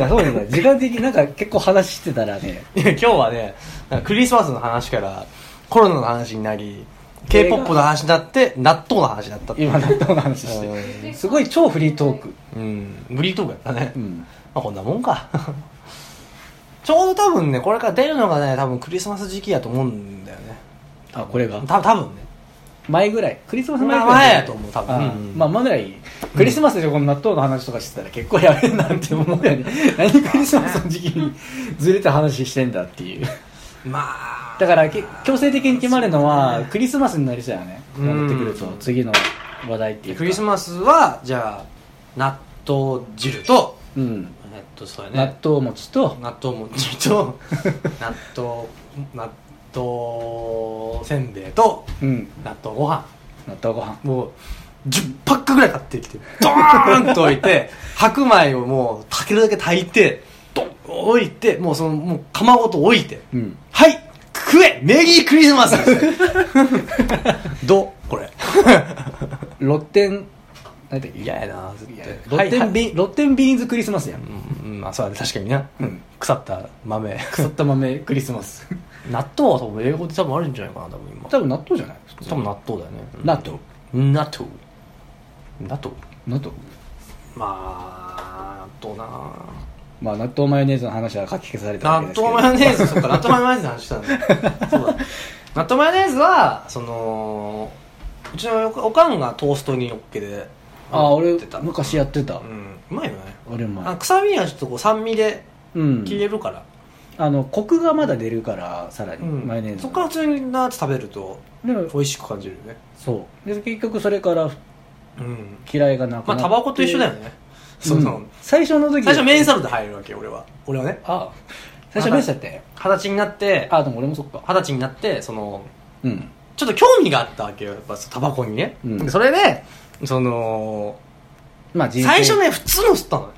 Speaker 2: やそうなんだ時間的になんか結構話してたらね
Speaker 1: いや 今日はねなんかクリスマスの話からコロナの話になり k p o p の話になって納豆の話になったっていう
Speaker 2: 今納豆の話し
Speaker 1: う
Speaker 2: て
Speaker 3: ん
Speaker 2: すごい超フリートーク、
Speaker 1: うん無理トークやったね、
Speaker 2: う
Speaker 1: ま
Speaker 2: ん、
Speaker 1: あこんなもんか ちょうど多分ねこれから出るのがね多分クリスマス時期やと思うんだよね
Speaker 2: あこれが
Speaker 1: た多分ね
Speaker 2: 前ぐらいクリスマス前ぐらい、
Speaker 1: まあ前やと思う多分
Speaker 2: あ
Speaker 1: うん
Speaker 2: まあ前ぐらいクリスマスでこの納豆の話とかしてたら結構やべえなって思うよね何クリスマスの時期にずれた話してんだっていう
Speaker 1: まあ
Speaker 2: だからけ強制的に決まるのはクリスマスになりそうやね
Speaker 1: うん
Speaker 2: なってくると次の話題っていうか
Speaker 1: クリスマスはじゃあ納豆汁と、
Speaker 2: うん
Speaker 1: ええっとそうや
Speaker 2: 納
Speaker 1: ね
Speaker 2: 豆餅と
Speaker 1: 納豆餅 と納豆納豆せんべいと
Speaker 2: うん
Speaker 1: 納豆ご飯
Speaker 2: 納豆ご飯
Speaker 1: もう10パックぐらい買ってきてドーンと置い て白米をもう炊けるだけ炊いてドン置いてもうそのもう釜ごと置いて
Speaker 2: うん
Speaker 1: はい食えメリークリスマ スどうこれ
Speaker 2: ロッテン何だっけ
Speaker 1: 嫌やな絶
Speaker 2: い
Speaker 1: 対
Speaker 2: やロッテンビ
Speaker 1: はいはい
Speaker 2: ロッテンビーンズクリスマスやん
Speaker 1: うんうんまあそうだね確かにな、
Speaker 2: うん
Speaker 1: 腐った豆
Speaker 2: 腐った豆クリスマス
Speaker 1: 納豆は多分英語で多分あるんじゃないかな多分今
Speaker 2: 多分納豆じゃない
Speaker 1: 多分納豆だよね
Speaker 2: 納豆
Speaker 1: うん納豆納豆
Speaker 2: 納豆
Speaker 1: まあ納豆な
Speaker 2: まあ納豆マヨネーズの話は書き消されたわ
Speaker 1: 納
Speaker 2: けですけど
Speaker 1: 豆マヨネーズそっか納豆マヨネーズの話したん だそうだ納豆マヨネーズはそのうちのおかおかんがトーストにのっけで
Speaker 2: ああ俺
Speaker 1: やってた
Speaker 2: 昔やってた
Speaker 1: うんうまいよね
Speaker 2: 俺も
Speaker 1: あ臭みがちょっとこう酸味で
Speaker 2: うん
Speaker 1: 消えるから、
Speaker 2: あのコクがまだ出るからさらに
Speaker 1: うん
Speaker 2: マヨネーズ
Speaker 1: そっから普通になって食べると
Speaker 2: でも
Speaker 1: 美味しく感じるよね
Speaker 2: そうで結局それから
Speaker 1: うん
Speaker 2: 嫌いがなく
Speaker 1: ま
Speaker 2: な
Speaker 1: あ
Speaker 2: って
Speaker 1: タバコと一緒だよね、その
Speaker 2: うん最初の時
Speaker 1: 最初メンサルで入るわけよ俺は俺はね
Speaker 2: あ最初メンサだったよ
Speaker 1: 二十歳になって
Speaker 2: あでも俺もそっか
Speaker 1: 二十歳になってその
Speaker 2: うん
Speaker 1: ちょっと興味があったわけよやっぱタバコにね、
Speaker 2: うん
Speaker 1: それでその
Speaker 2: まあ人生
Speaker 1: 最初ね普通の吸ったのよ、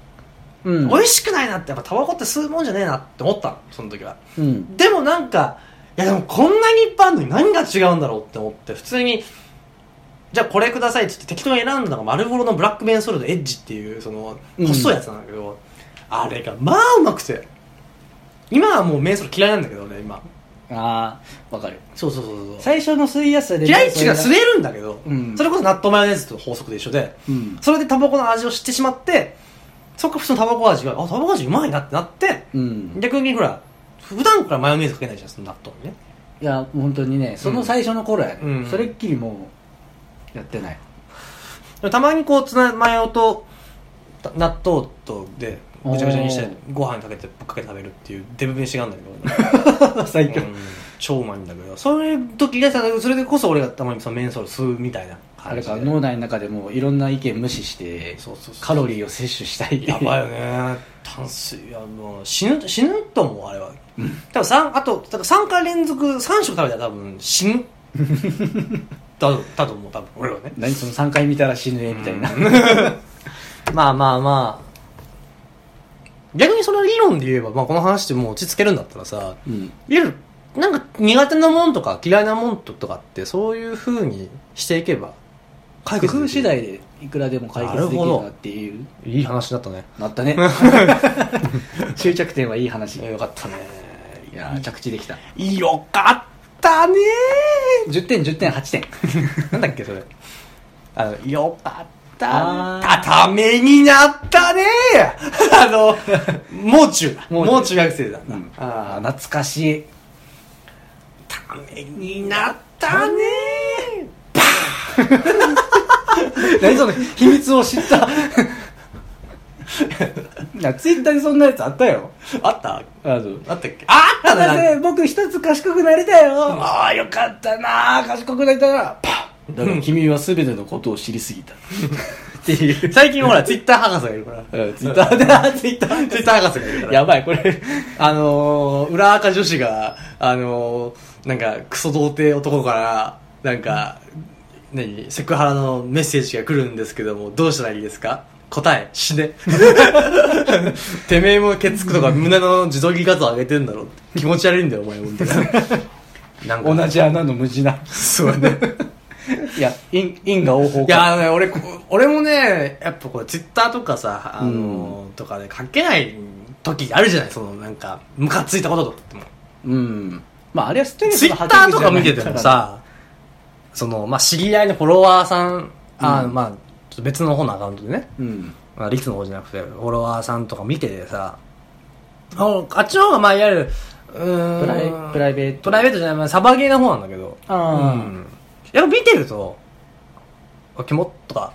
Speaker 2: うん
Speaker 1: 美味しくないなってやっぱタバコって吸うもんじゃねえなって思ったのその時は
Speaker 2: うん
Speaker 1: でもなんかいやでもこんなにいっぱいあるのに何が違うんだろうって思って普通にじゃあこれくださいって言って適当に選んだのが丸ボロのブラックベンソールのエッジっていうその
Speaker 2: うん
Speaker 1: 細いやつなんだけど、あれがまあうまくて今はもうメンソール嫌いなんだけどね今
Speaker 2: ああわかる
Speaker 1: そうそうそうそう
Speaker 2: 最初の吸いやすさで
Speaker 1: 嫌い値が
Speaker 2: そ
Speaker 1: す
Speaker 2: れ
Speaker 1: れるんだけど、
Speaker 2: うん
Speaker 1: それこそ納豆マヨネーズと法則で一緒で
Speaker 2: うん
Speaker 1: それでタバコの味を知ってしまってそっから普通のタバコ味があタバコ味うまいなってなって
Speaker 2: うん
Speaker 1: 逆にほら普段からマヨネーズかけないじゃんその納豆にね
Speaker 2: いや本当にねその最初の頃やね、
Speaker 1: うん
Speaker 2: それっきりもうやってない
Speaker 1: でもたまにこうツナマヨとた納豆とでぐちゃぐちゃにしてご飯にかけてぶっかけて食べるっていうデブ飯があるん だけ
Speaker 2: 最
Speaker 1: ど、うん超うまいんだけどそういう時でそれでこそ俺がたまにそのメンソール吸うみたいな
Speaker 2: あ
Speaker 1: 感
Speaker 2: れ
Speaker 1: じで
Speaker 2: か脳内の中でもういろんな意見無視して
Speaker 1: そうそうそう
Speaker 2: カロリーを摂取したい
Speaker 1: やばいよね炭水あの死ぬ死ぬと思うあれは、多分三あと多分3回連続3食食べたら多分死 ぬだだと思う多分俺はね
Speaker 2: 何その3回見たら死ぬねみたいな、
Speaker 1: まあまあまあ逆にその理論で言えば、まあ、この話ってもう落ち着けるんだったらさ
Speaker 2: うん
Speaker 1: いわゆるなんか苦手なもんとか嫌いなもんとかってそういうふうにしていけば解
Speaker 2: 工
Speaker 1: 決でき
Speaker 2: 夫
Speaker 1: る
Speaker 2: 次第でいくらでも解決できるなっていう
Speaker 1: いい話だったね
Speaker 2: なったね 終着点はいい話い
Speaker 1: よかったね
Speaker 2: やー着地できた
Speaker 1: よかったね
Speaker 2: 10点10点8点
Speaker 1: なんだっけそれあのよかった
Speaker 2: あー
Speaker 1: たためになったね あのもう中だ
Speaker 2: も
Speaker 1: も
Speaker 2: う
Speaker 1: う
Speaker 2: 中
Speaker 1: 中学生だな、
Speaker 2: うんあ
Speaker 1: あー
Speaker 2: 懐かしい
Speaker 1: ためになったね
Speaker 2: 何その秘密を知ったなツイッターでそんなやつあったよ
Speaker 1: あった
Speaker 2: あの
Speaker 1: あったっけあった
Speaker 2: だ
Speaker 1: ね
Speaker 2: ね僕一つ賢くなりたいよ、ああよかったなあ賢くなりたいなパッだから君は全てのことを知りすぎたっていう
Speaker 1: 最近ほらツイッター博士がいるから
Speaker 2: うんツイッターであーツイッター
Speaker 1: ツイッター博士がいるから
Speaker 2: やばいこれ
Speaker 1: あのー、裏垢女子が、あのー、なんか、クソ童貞男から、なんか、何、セクハラのメッセージが来るんですけども、どうしたらいいですか答え、死ね。てめえもケツくとか胸の自撮り画像上げてんだろって。気持ち悪いんだよ、お前も。みたいな。なんか
Speaker 2: 同。じ穴の無地な
Speaker 1: そうね。
Speaker 2: いや因因果応報
Speaker 1: いや、あのね、俺、こ俺もね、やっぱこう、ツイッターとかさ、あのーとかで書けない時あるじゃないその、なんか、ムカついたこととか っても。
Speaker 2: うんまああれはストレス
Speaker 1: ツイ
Speaker 2: の
Speaker 1: ッ
Speaker 2: 吐き
Speaker 1: ター
Speaker 2: 口
Speaker 1: と
Speaker 2: じゃ
Speaker 1: か
Speaker 2: な
Speaker 1: 見
Speaker 2: い
Speaker 1: ててもさ、その、まあ、知り合いのフォロワーさん、あー
Speaker 2: うん
Speaker 1: まあ、ちょっと別の方のアカウントでね、
Speaker 2: うん
Speaker 1: まあ、リツの方じゃなくて、フォロワーさんとか見ててさ、ああっちの方が、まあ、いわゆる、うーん
Speaker 2: プライプライベート
Speaker 1: プライベートじゃない、まあ、サバゲーの方なんだけど、
Speaker 2: あー
Speaker 1: うんやっぱ見てると、あ、キモとか、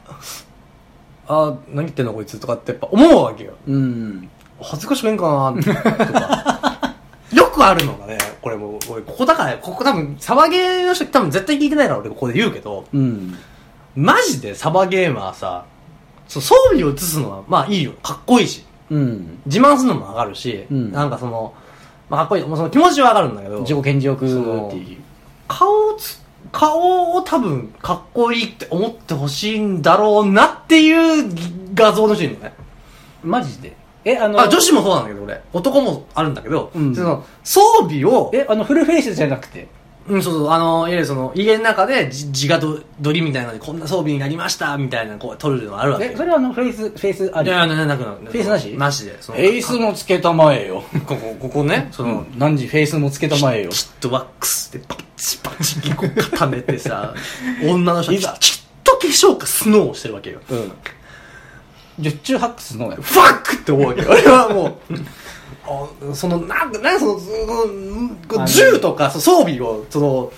Speaker 1: あー、何言ってんのこいつとかってやっぱ思うわけよ。
Speaker 2: うん
Speaker 1: 恥ずかしくねえんかなとか よくあるのがねこれもう俺ここだからここ多分サバゲーの人多分絶対聞いてないから俺ここで言うけど
Speaker 2: うん
Speaker 1: マジでサバゲーマーさそう装備を移すのはまあいいよかっこいいし
Speaker 2: うん
Speaker 1: 自慢するのも上がるし、
Speaker 2: うん
Speaker 1: なんかその、まあ、かっこいいもうその気持ちは上がるんだけど
Speaker 2: 自己顕示欲っていう
Speaker 1: 顔をつ顔を多分かっこいいって思ってほしいんだろうなっていう画像の人いるのね
Speaker 2: マジでえあの
Speaker 1: あ女子もそうなんだけど俺男もあるんだけど、
Speaker 2: うん
Speaker 1: その装備を
Speaker 2: えあのフルフェイスじゃなくて
Speaker 1: うん、そうそう、あの、いわゆるその、家の中でじ自画ど撮りみたいなので、こんな装備になりました、みたいな、こう、撮るのあるわけ。
Speaker 2: えそれはあのフェイスフェイスあ
Speaker 1: い
Speaker 2: り
Speaker 1: やいや、なななくなる
Speaker 2: フェイスなし
Speaker 1: なしで。その
Speaker 2: もつけたまえよ
Speaker 1: かここ、ここね、その、
Speaker 2: 何時フェイスもつけたまえ よ
Speaker 1: キットワックスでパチパチにこう固めてさ、女の人はい
Speaker 2: ざ
Speaker 1: きっと化粧かスノーをしてるわけよ。
Speaker 2: うん十中八九すのや
Speaker 1: ファックって思うわけよ。俺はもう、あその、なんか、なんかその、うんこう銃とかそう装備を、その、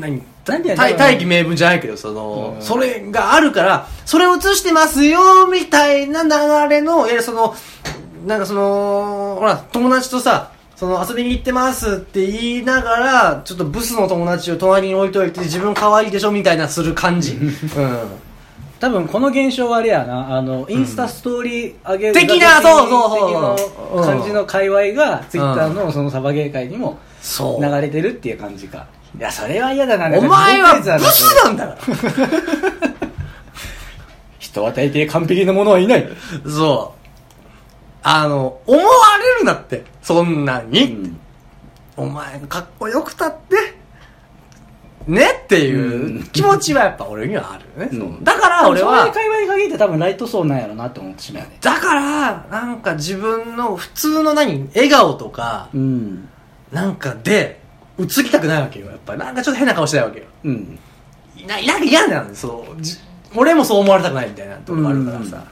Speaker 1: 何
Speaker 2: なんでやねん
Speaker 1: 大大義名分じゃないけど、その、
Speaker 2: うん
Speaker 1: それがあるから、それを映してますよ、みたいな流れの、いやその、なんかその、ほら、友達とさ、その遊びに行ってますって言いながら、ちょっとブスの友達を隣に置いといて、自分可愛いでしょみたいなする感 じ。うん。
Speaker 2: 多分この現象はあれやなあのインスタストーリー上げる
Speaker 1: 的なそうそうそう
Speaker 2: 的な感じの界隈がツイッターのそのサバゲー界にも
Speaker 1: そう。
Speaker 2: 流れてるっていう感じかいやそれは嫌だななん
Speaker 1: お
Speaker 2: か
Speaker 1: 前は
Speaker 2: 自分のやつ
Speaker 1: ブスなんだから
Speaker 2: 人は大抵完璧なものはいない、
Speaker 1: そう。あの、思われるなって、そんなに。
Speaker 2: うん
Speaker 1: お前かっこよくたって、ねっていう気持ちはやっぱ 俺にはあるよね。
Speaker 2: うん
Speaker 1: だから俺
Speaker 2: そういう
Speaker 1: は、
Speaker 2: 界隈に限って多分ライト層なんやろなって思ってしまうよね
Speaker 1: だから、なんか自分の普通の何、笑顔とか、
Speaker 2: うん
Speaker 1: なんかで、映りたくないわけよ、やっぱり。なんかちょっと変な顔したいわけよ。
Speaker 2: うん
Speaker 1: いななんか嫌なんですそうじ俺もそう思われたくないみたいなとこあるからさ。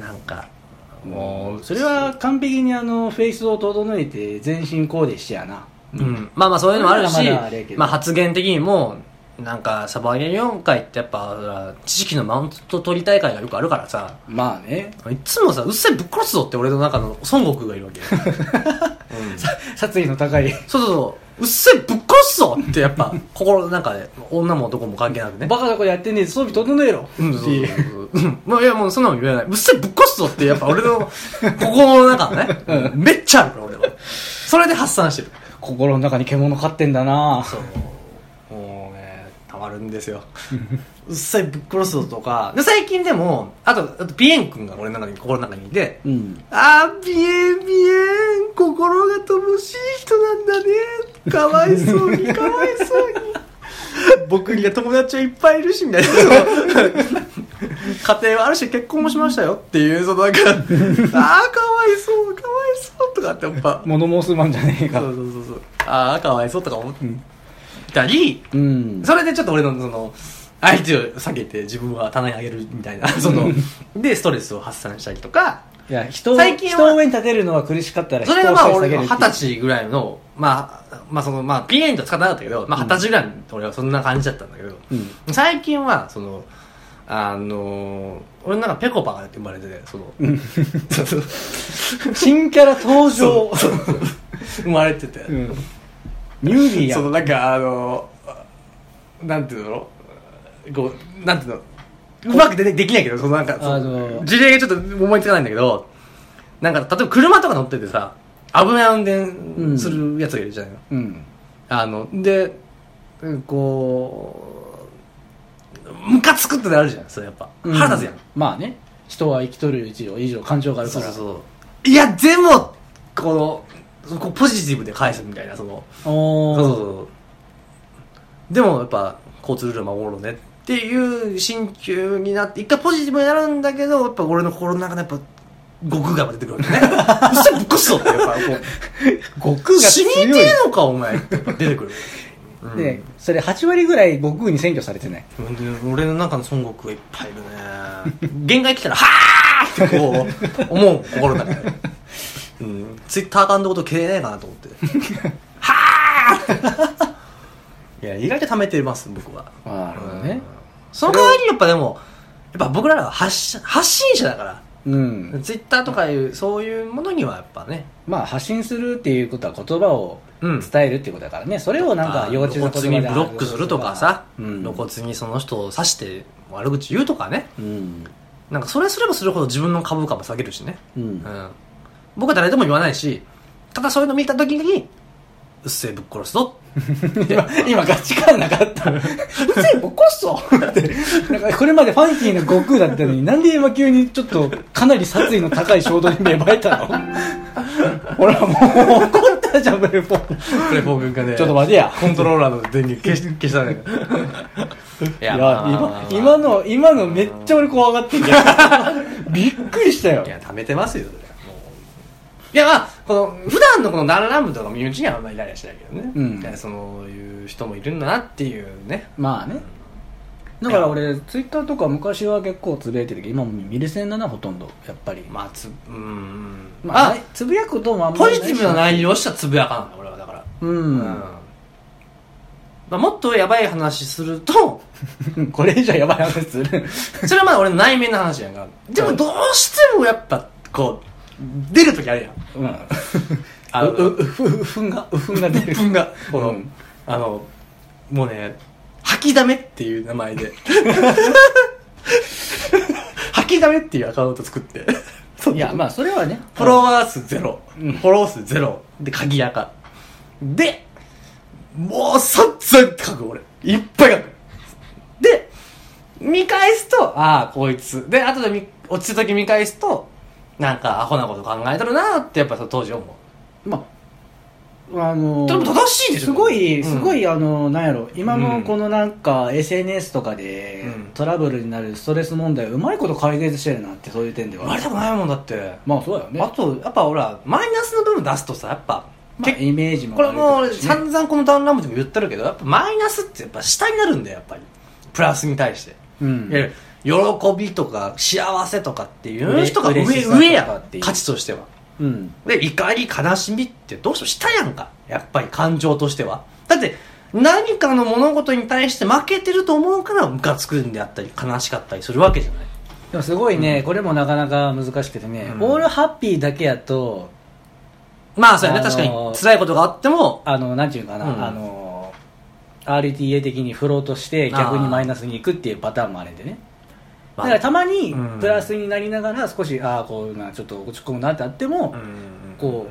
Speaker 1: なんか、もう、
Speaker 2: それは完璧にあのフェイスを整えて全身コーデしてやな
Speaker 1: うん、まあまあそういうのもあるし
Speaker 2: まだまだあれやけ、ど
Speaker 1: まあ発言的にも、なんかサバゲー4回ってやっぱ、知識のマウント取り大会がよくあるからさ、
Speaker 2: ま あね
Speaker 1: いつもさ、うっせえぶっ殺すぞって俺の中の孫悟空がいるわ けよ。うん
Speaker 2: 殺意の高い
Speaker 1: そうそうそう、うっせえぶっ殺すぞってやっぱ、心の中で、女も男も関係なくね。
Speaker 2: バカなことやってんねえ装備整えろ
Speaker 1: うん、
Speaker 2: っ
Speaker 1: そ
Speaker 2: ていうう
Speaker 1: そうそううんまあいやもうそんなの言えない。うっせえぶっ殺すぞってやっぱ俺の心の中の ね、めっちゃあるから俺は。それで発散してる。
Speaker 2: 心の中に獣飼ってんだな
Speaker 1: そうもうねたまるんですようっさいぶっ殺すぞとかで最近でもあとあとビエン君が俺の中に心の中にいて
Speaker 2: うん
Speaker 1: あービエンビエン心が乏しい人なんだねかわいそう にかわいそうに僕には友達はいっぱいいるしみたいなその家庭はあるし結婚もしましたよっていうその なんかあーかわいそうかわいそうとかってやっぱ
Speaker 2: 物申すまんじゃねえ
Speaker 1: そ
Speaker 2: か
Speaker 1: うそうそうそうああかわいそうとか思ったり、
Speaker 2: うん
Speaker 1: それでちょっと俺のその相手を避けて自分は棚にあげるみたいなそのでストレスを発散したりとか
Speaker 2: いや人を
Speaker 1: 最近は
Speaker 2: 人を上に立てるのは苦しかったら人
Speaker 1: そ
Speaker 2: を
Speaker 1: れがまあ俺
Speaker 2: の
Speaker 1: の二十歳ぐらいのまあまあそのまあ PA とは使ってなかったけどまあ二十歳ぐらいの俺はそんな感じだったんだけど、最近はそのあのー俺なんかペコパがって生まれててその そうそう
Speaker 2: 新キャラ登場
Speaker 1: 生まれてて、
Speaker 2: うんニュービーや
Speaker 1: そのなんかあのなんていうのこうなんていうのうまくでできないけどそのなんかその
Speaker 2: あの
Speaker 1: 事例がちょっと思いつかないんだけどなんか例えば車とか乗っててさ危ない運転するやつがいるじゃないの、
Speaker 2: うん
Speaker 1: あのでうんこうムカつくってなるじゃんそれやっぱ
Speaker 2: うん
Speaker 1: 腹立つやん、
Speaker 2: まあね人は生きとる以上以上感情がある
Speaker 1: そ
Speaker 2: か
Speaker 1: うそう
Speaker 2: ら
Speaker 1: そういやでもこのこうポジティブで返すみたいなその
Speaker 2: お
Speaker 1: そうそう
Speaker 2: ー
Speaker 1: そうでもやっぱ交通ルール守ろうねっていう心中になって一回ポジティブになるんだけどやっぱ俺の心の中 でやっぱ悟空が出てくるわけねうっせえぶっこすぞってやっぱこ
Speaker 2: 悟空
Speaker 1: う
Speaker 2: が
Speaker 1: 死にて
Speaker 2: 強い
Speaker 1: えのかお前ってやっぱ出てくる、うん
Speaker 2: でそれ8割ぐらい悟空に占拠されてない
Speaker 1: ほんで俺の中の孫悟空がいっぱいいるね 限界来たら「はーってこう思う心の中で、うん、ツイッターアカウントごと消えねえかなと思って 「はーっていや意外と溜めてます僕は
Speaker 2: なるほど
Speaker 1: う
Speaker 2: ね
Speaker 1: んその代わりにやっぱでもやっぱ僕らは発し発信者だから
Speaker 2: うん
Speaker 1: ツイッターとかいうそういうものにはやっぱね
Speaker 2: まあ発信するっていうことは言葉を
Speaker 1: うん
Speaker 2: 伝えるってことだからねそれをなんか幼稚な
Speaker 1: 露
Speaker 2: 言葉
Speaker 1: 骨に
Speaker 2: で
Speaker 1: ブロックするとかさ、
Speaker 2: うん
Speaker 1: 露骨にその人を指して悪口言うとかね
Speaker 2: うん
Speaker 1: なんかそれすればするほど自分の株価も下げるしね、
Speaker 2: うん
Speaker 1: うん、僕は誰でも言わないしただそういうの見た時にうっせえぶっ殺すぞ
Speaker 2: 今今ガチ感なかったうぜえぼこっそってなんかこれまでファンキーな悟空だったのになんで今急にちょっとかなり殺意の高い衝動に芽生え たのほらもう怒ったじゃんブレポ ち
Speaker 1: プレフォー君がね
Speaker 2: ょっと待てや
Speaker 1: コントローラーの電源消し消したねい
Speaker 2: いや
Speaker 1: まあ
Speaker 2: 今今の今のめっちゃ俺怖がってんじゃ んびっくりしたよ
Speaker 1: いや、貯めてますよ、それはもういや、まあ、この、普段のこのダララムとか身内にはあんまりイライラしないけどね。
Speaker 2: うん
Speaker 1: いやそういう人もいるんだなっていうね。
Speaker 2: まあねだから俺ツイッターとか昔は結構つぶやいてるけど今もう見る線だなほとんどやっぱり
Speaker 1: まあ、つ、うん。
Speaker 2: ま
Speaker 1: ま
Speaker 2: あ
Speaker 1: あ、
Speaker 2: ないつぶやくこともあんま
Speaker 1: ポ
Speaker 2: り
Speaker 1: ジ
Speaker 2: ない
Speaker 1: ティブな内容したつぶやかなんだ、俺はだから。
Speaker 2: うん、
Speaker 1: まあ、もっとやばい話すると、
Speaker 2: これ以上やばい話する
Speaker 1: それはまあ俺の内面の話やんか。でもどうしてもやっぱ、こう、出るときあるやん。
Speaker 2: うん
Speaker 1: あの
Speaker 2: うううふうふんがうふんが出る
Speaker 1: 自分が、この、
Speaker 2: うん
Speaker 1: あの、もうね、吐きだめっていう名前 で。吐きだめっていうアカウント作って。
Speaker 2: いやまあそれはね
Speaker 1: フォロワー数ゼロ。フォロー数ゼロ。で、鍵アカ。で、もうさっさん書く、俺。いっぱい書く。で、見返すと、ああ、こいつ。で、後でみ落ちた時見返すと、なんかアホなこと考えとるなってやっぱその当時思う。
Speaker 2: まああのー
Speaker 1: でも正しいでしょ
Speaker 2: すごいすご
Speaker 1: うん
Speaker 2: い、あのなんやろ今
Speaker 1: う
Speaker 2: の
Speaker 1: ん
Speaker 2: このなんか SNS とかで
Speaker 1: うん
Speaker 2: トラブルになるストレス問題をうまいこと解決してるなってそういう点では
Speaker 1: あれでもないもんだって。
Speaker 2: まあそうだよ
Speaker 1: あ
Speaker 2: ね
Speaker 1: とやっぱほらマイナスの部分出すとさやっぱ、
Speaker 2: まあ
Speaker 1: 結
Speaker 2: イメージも
Speaker 1: これもう
Speaker 2: あ
Speaker 1: 俺
Speaker 2: ると思うし
Speaker 1: 散
Speaker 2: ね
Speaker 1: 々このダウンラムでも言ってるけどやっぱマイナスってやっぱ下になるんだよやっぱりプラスに対して、
Speaker 2: うん
Speaker 1: いや喜びとか幸せとかっていう人が上
Speaker 2: 嬉しさとか
Speaker 1: 上やん
Speaker 2: っていう
Speaker 1: 価値としては
Speaker 2: うん
Speaker 1: で怒り悲しみってどうしても下やんかやっぱり感情としてはだって何かの物事に対して負けてると思うからムカつくんであったり悲しかったりするわけじゃない
Speaker 2: でもすごいね、これもなかなか難しくてね、
Speaker 1: うん
Speaker 2: オールハッピーだけやと
Speaker 1: まあそうやね、
Speaker 2: あのー
Speaker 1: 確かに辛いことがあっても
Speaker 2: あのなんていうかな、
Speaker 1: うん
Speaker 2: あの RTA 的に振ろうとして逆にマイナスにいくっていうパターンもあるんでね
Speaker 1: ま
Speaker 2: だ
Speaker 1: あ
Speaker 2: からたまに
Speaker 1: うん
Speaker 2: プラスになりながら少し、ああこうなちょっと落ち込むなってあっても、
Speaker 1: うん
Speaker 2: こ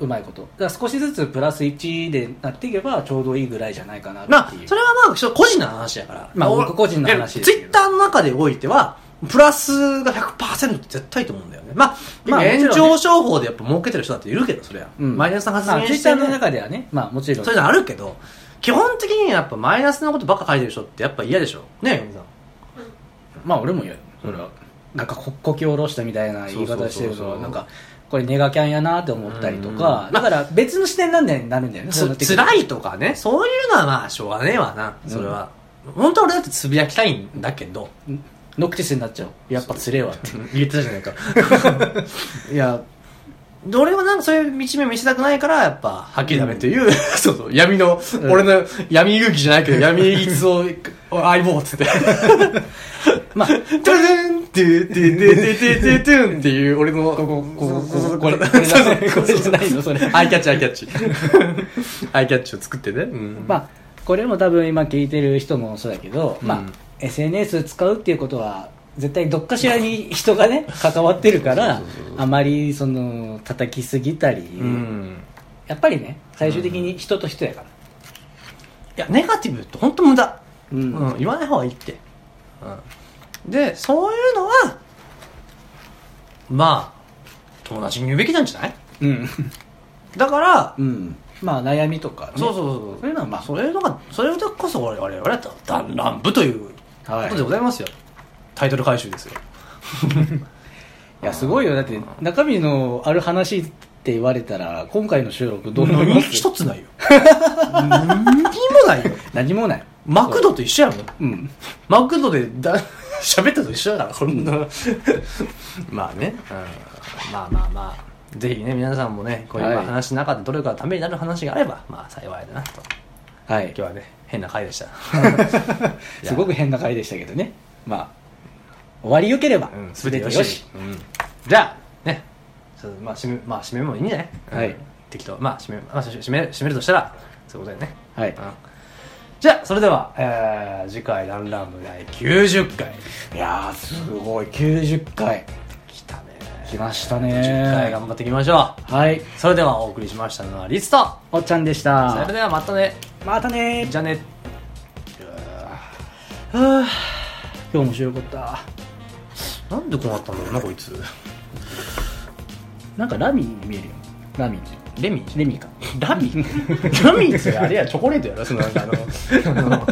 Speaker 2: ううまいことだから少しずつプラス1でなっていけばちょうどいいぐらいじゃないかな
Speaker 1: ま
Speaker 2: っ
Speaker 1: あ
Speaker 2: ていう、、
Speaker 1: それはまあ、ちょっと個人の話だから。
Speaker 2: まあ僕個人の話で
Speaker 1: ツ
Speaker 2: す
Speaker 1: イ
Speaker 2: けど
Speaker 1: ッターの中でおいては、プラスが100%って絶対と思うんだよね。まあ、
Speaker 2: まあ
Speaker 1: 炎
Speaker 2: もちろん
Speaker 1: 上
Speaker 2: ね
Speaker 1: 商法でやっぱ儲けてる人だっているけど、それは。
Speaker 2: うん
Speaker 1: マイナスの発
Speaker 2: まあ
Speaker 1: 言
Speaker 2: ツイッ
Speaker 1: し
Speaker 2: タ
Speaker 1: て
Speaker 2: ー
Speaker 1: る、
Speaker 2: の中ではねまあもちろん
Speaker 1: そういうのあるけど、基本的にやっぱマイナスのことばっか書いてる人ってやっぱ嫌でしょ。ねえ、ヨミさん。
Speaker 2: まあ俺も言うそれはなんかここき下ろしたみたいな言い方してる
Speaker 1: そうそうそう
Speaker 2: と
Speaker 1: そう
Speaker 2: なんかこれネガキャンやなって思ったりとか、
Speaker 1: うん
Speaker 2: だから別の視点なんだよなるんだよねそうなってく
Speaker 1: つ
Speaker 2: る
Speaker 1: 辛いとかね、そういうのはまあ、しょうがねえわな、それは。本当は俺だってつぶやきたいんだけど、
Speaker 2: ノクティスになっちゃうやっぱつれえわって
Speaker 1: 言ってたじゃないか いや俺はなんかそういう道目見せたくないからやっぱはっきりダメという、 そうそう闇の、俺の闇勇気じゃ ないけど闇いつを相棒っ つって
Speaker 2: まあ
Speaker 1: トゥルントゥトゥトゥトゥトゥトゥトゥンっていう俺のここここここ これ
Speaker 2: これじゃない
Speaker 1: そうそう
Speaker 2: これじゃないのそれ
Speaker 1: アイキャッチアイキャッ チアイキャッチを作ってね、うん
Speaker 2: まあこれも多分今聞いてる人もそうだけど、まあ
Speaker 1: うん
Speaker 2: SNS 使うっていうことは絶対どっかしらに人 がね関わってるからあまりその叩きすぎたり、
Speaker 1: うん
Speaker 2: やっぱりね最終的に人と人やから、
Speaker 1: いやネガティブって本当無駄
Speaker 2: うん
Speaker 1: うん、言わない方がいいって、うん、でそういうのはまあ友達に言うべきなんじゃない
Speaker 2: うん
Speaker 1: だから、
Speaker 2: うん、まあ悩みとか、ね、
Speaker 1: そうそうそう
Speaker 2: そういうのはまあ
Speaker 1: それのがそれこそ我々は団らん部という
Speaker 2: はい
Speaker 1: ことでございますよ、タイトル回収ですよ
Speaker 2: いやすごいよだって中身のある話って言われたら今回の収録どう思い ます
Speaker 1: 一つないよ何にもないよ
Speaker 2: 何もない
Speaker 1: マクドと一緒やもん
Speaker 2: うん
Speaker 1: マクドでだ 喋ったと一緒だからこんな まあね、うんまあまあまあぜひね皆さんもねこういう
Speaker 2: はい
Speaker 1: 話の中でどれかためになる話があれば、まあ幸いだなと
Speaker 2: はい
Speaker 1: 今日はね変な回 でしたいや
Speaker 2: すごく変な回でしたけどねまあ終わりよければ、
Speaker 1: うん
Speaker 2: す
Speaker 1: 全
Speaker 2: べ
Speaker 1: て
Speaker 2: て
Speaker 1: よ
Speaker 2: よ
Speaker 1: し
Speaker 2: し
Speaker 1: うんじゃあねちょっとまあ締めまあ締めもいいんじゃない、
Speaker 2: はい
Speaker 1: うん適当まあ締め,、まあ、締め締めるとしたらそういうことだよね
Speaker 2: はい
Speaker 1: うんじゃあそれでは、えー、次回「ランランブ」第90回
Speaker 2: いやーすごい90回
Speaker 1: 来たね
Speaker 2: 来ました
Speaker 1: 10回
Speaker 2: ね
Speaker 1: 頑張っていきましょ
Speaker 2: はい、
Speaker 1: うそれではお送りしましたのはリスと
Speaker 2: おっちゃんでし
Speaker 1: それ
Speaker 2: た
Speaker 1: ではまたね
Speaker 2: またね
Speaker 1: じゃあね
Speaker 2: 今日面白かった
Speaker 1: なんでこうなったんだろうなこいつ
Speaker 2: なんかラミに見えるよラミ
Speaker 1: レミ
Speaker 2: レミか
Speaker 1: ラミ ラミってあれやチョコレートやろそのなんかあの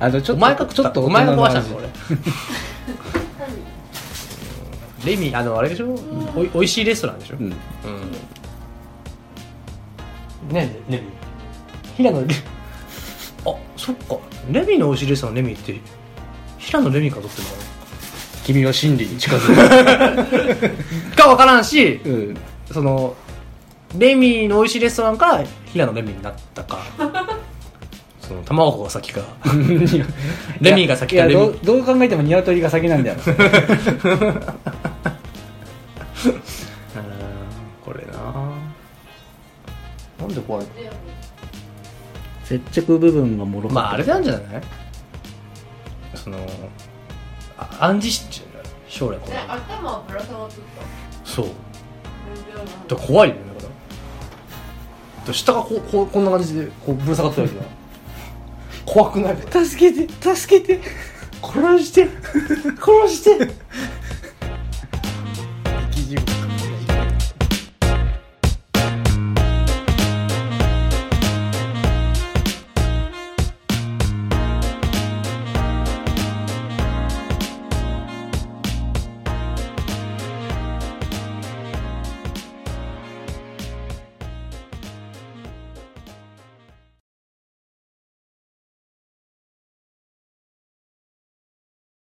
Speaker 2: あのち ょっと
Speaker 1: お前がち
Speaker 2: ち
Speaker 1: ょ
Speaker 2: ょ
Speaker 1: っ
Speaker 2: っ
Speaker 1: と
Speaker 2: と大
Speaker 1: お
Speaker 2: 人
Speaker 1: 前が
Speaker 2: の
Speaker 1: 壊した
Speaker 2: 味
Speaker 1: んだ俺レミあのあれでしょおいおいしいレストランでしょ、
Speaker 2: うん
Speaker 1: ねレミ平野レあそっかレミのおいしいレストランレミって平野レミかとってるのか
Speaker 2: 君は真理に近づ
Speaker 1: なか分からんし
Speaker 2: く、うん、
Speaker 1: そのレミの美味しいレストランか平野レミになったか その卵が先かレミが先
Speaker 2: い
Speaker 1: か
Speaker 2: や
Speaker 1: レ
Speaker 2: ど
Speaker 1: ミ
Speaker 2: うどう考えても鶏が先 なんだよ
Speaker 1: うーんこれななんでこれ
Speaker 2: 接着部分がもろ
Speaker 1: まああれなんじゃないそのあ暗示しちゃう将来これ
Speaker 3: ね頭はぶら下がってた
Speaker 1: そう
Speaker 3: 全然
Speaker 1: だから怖いよねだからだから下がこうこうこんな感じでこうぶら下がってるわけだ怖くない
Speaker 2: 助けて助けて殺して殺して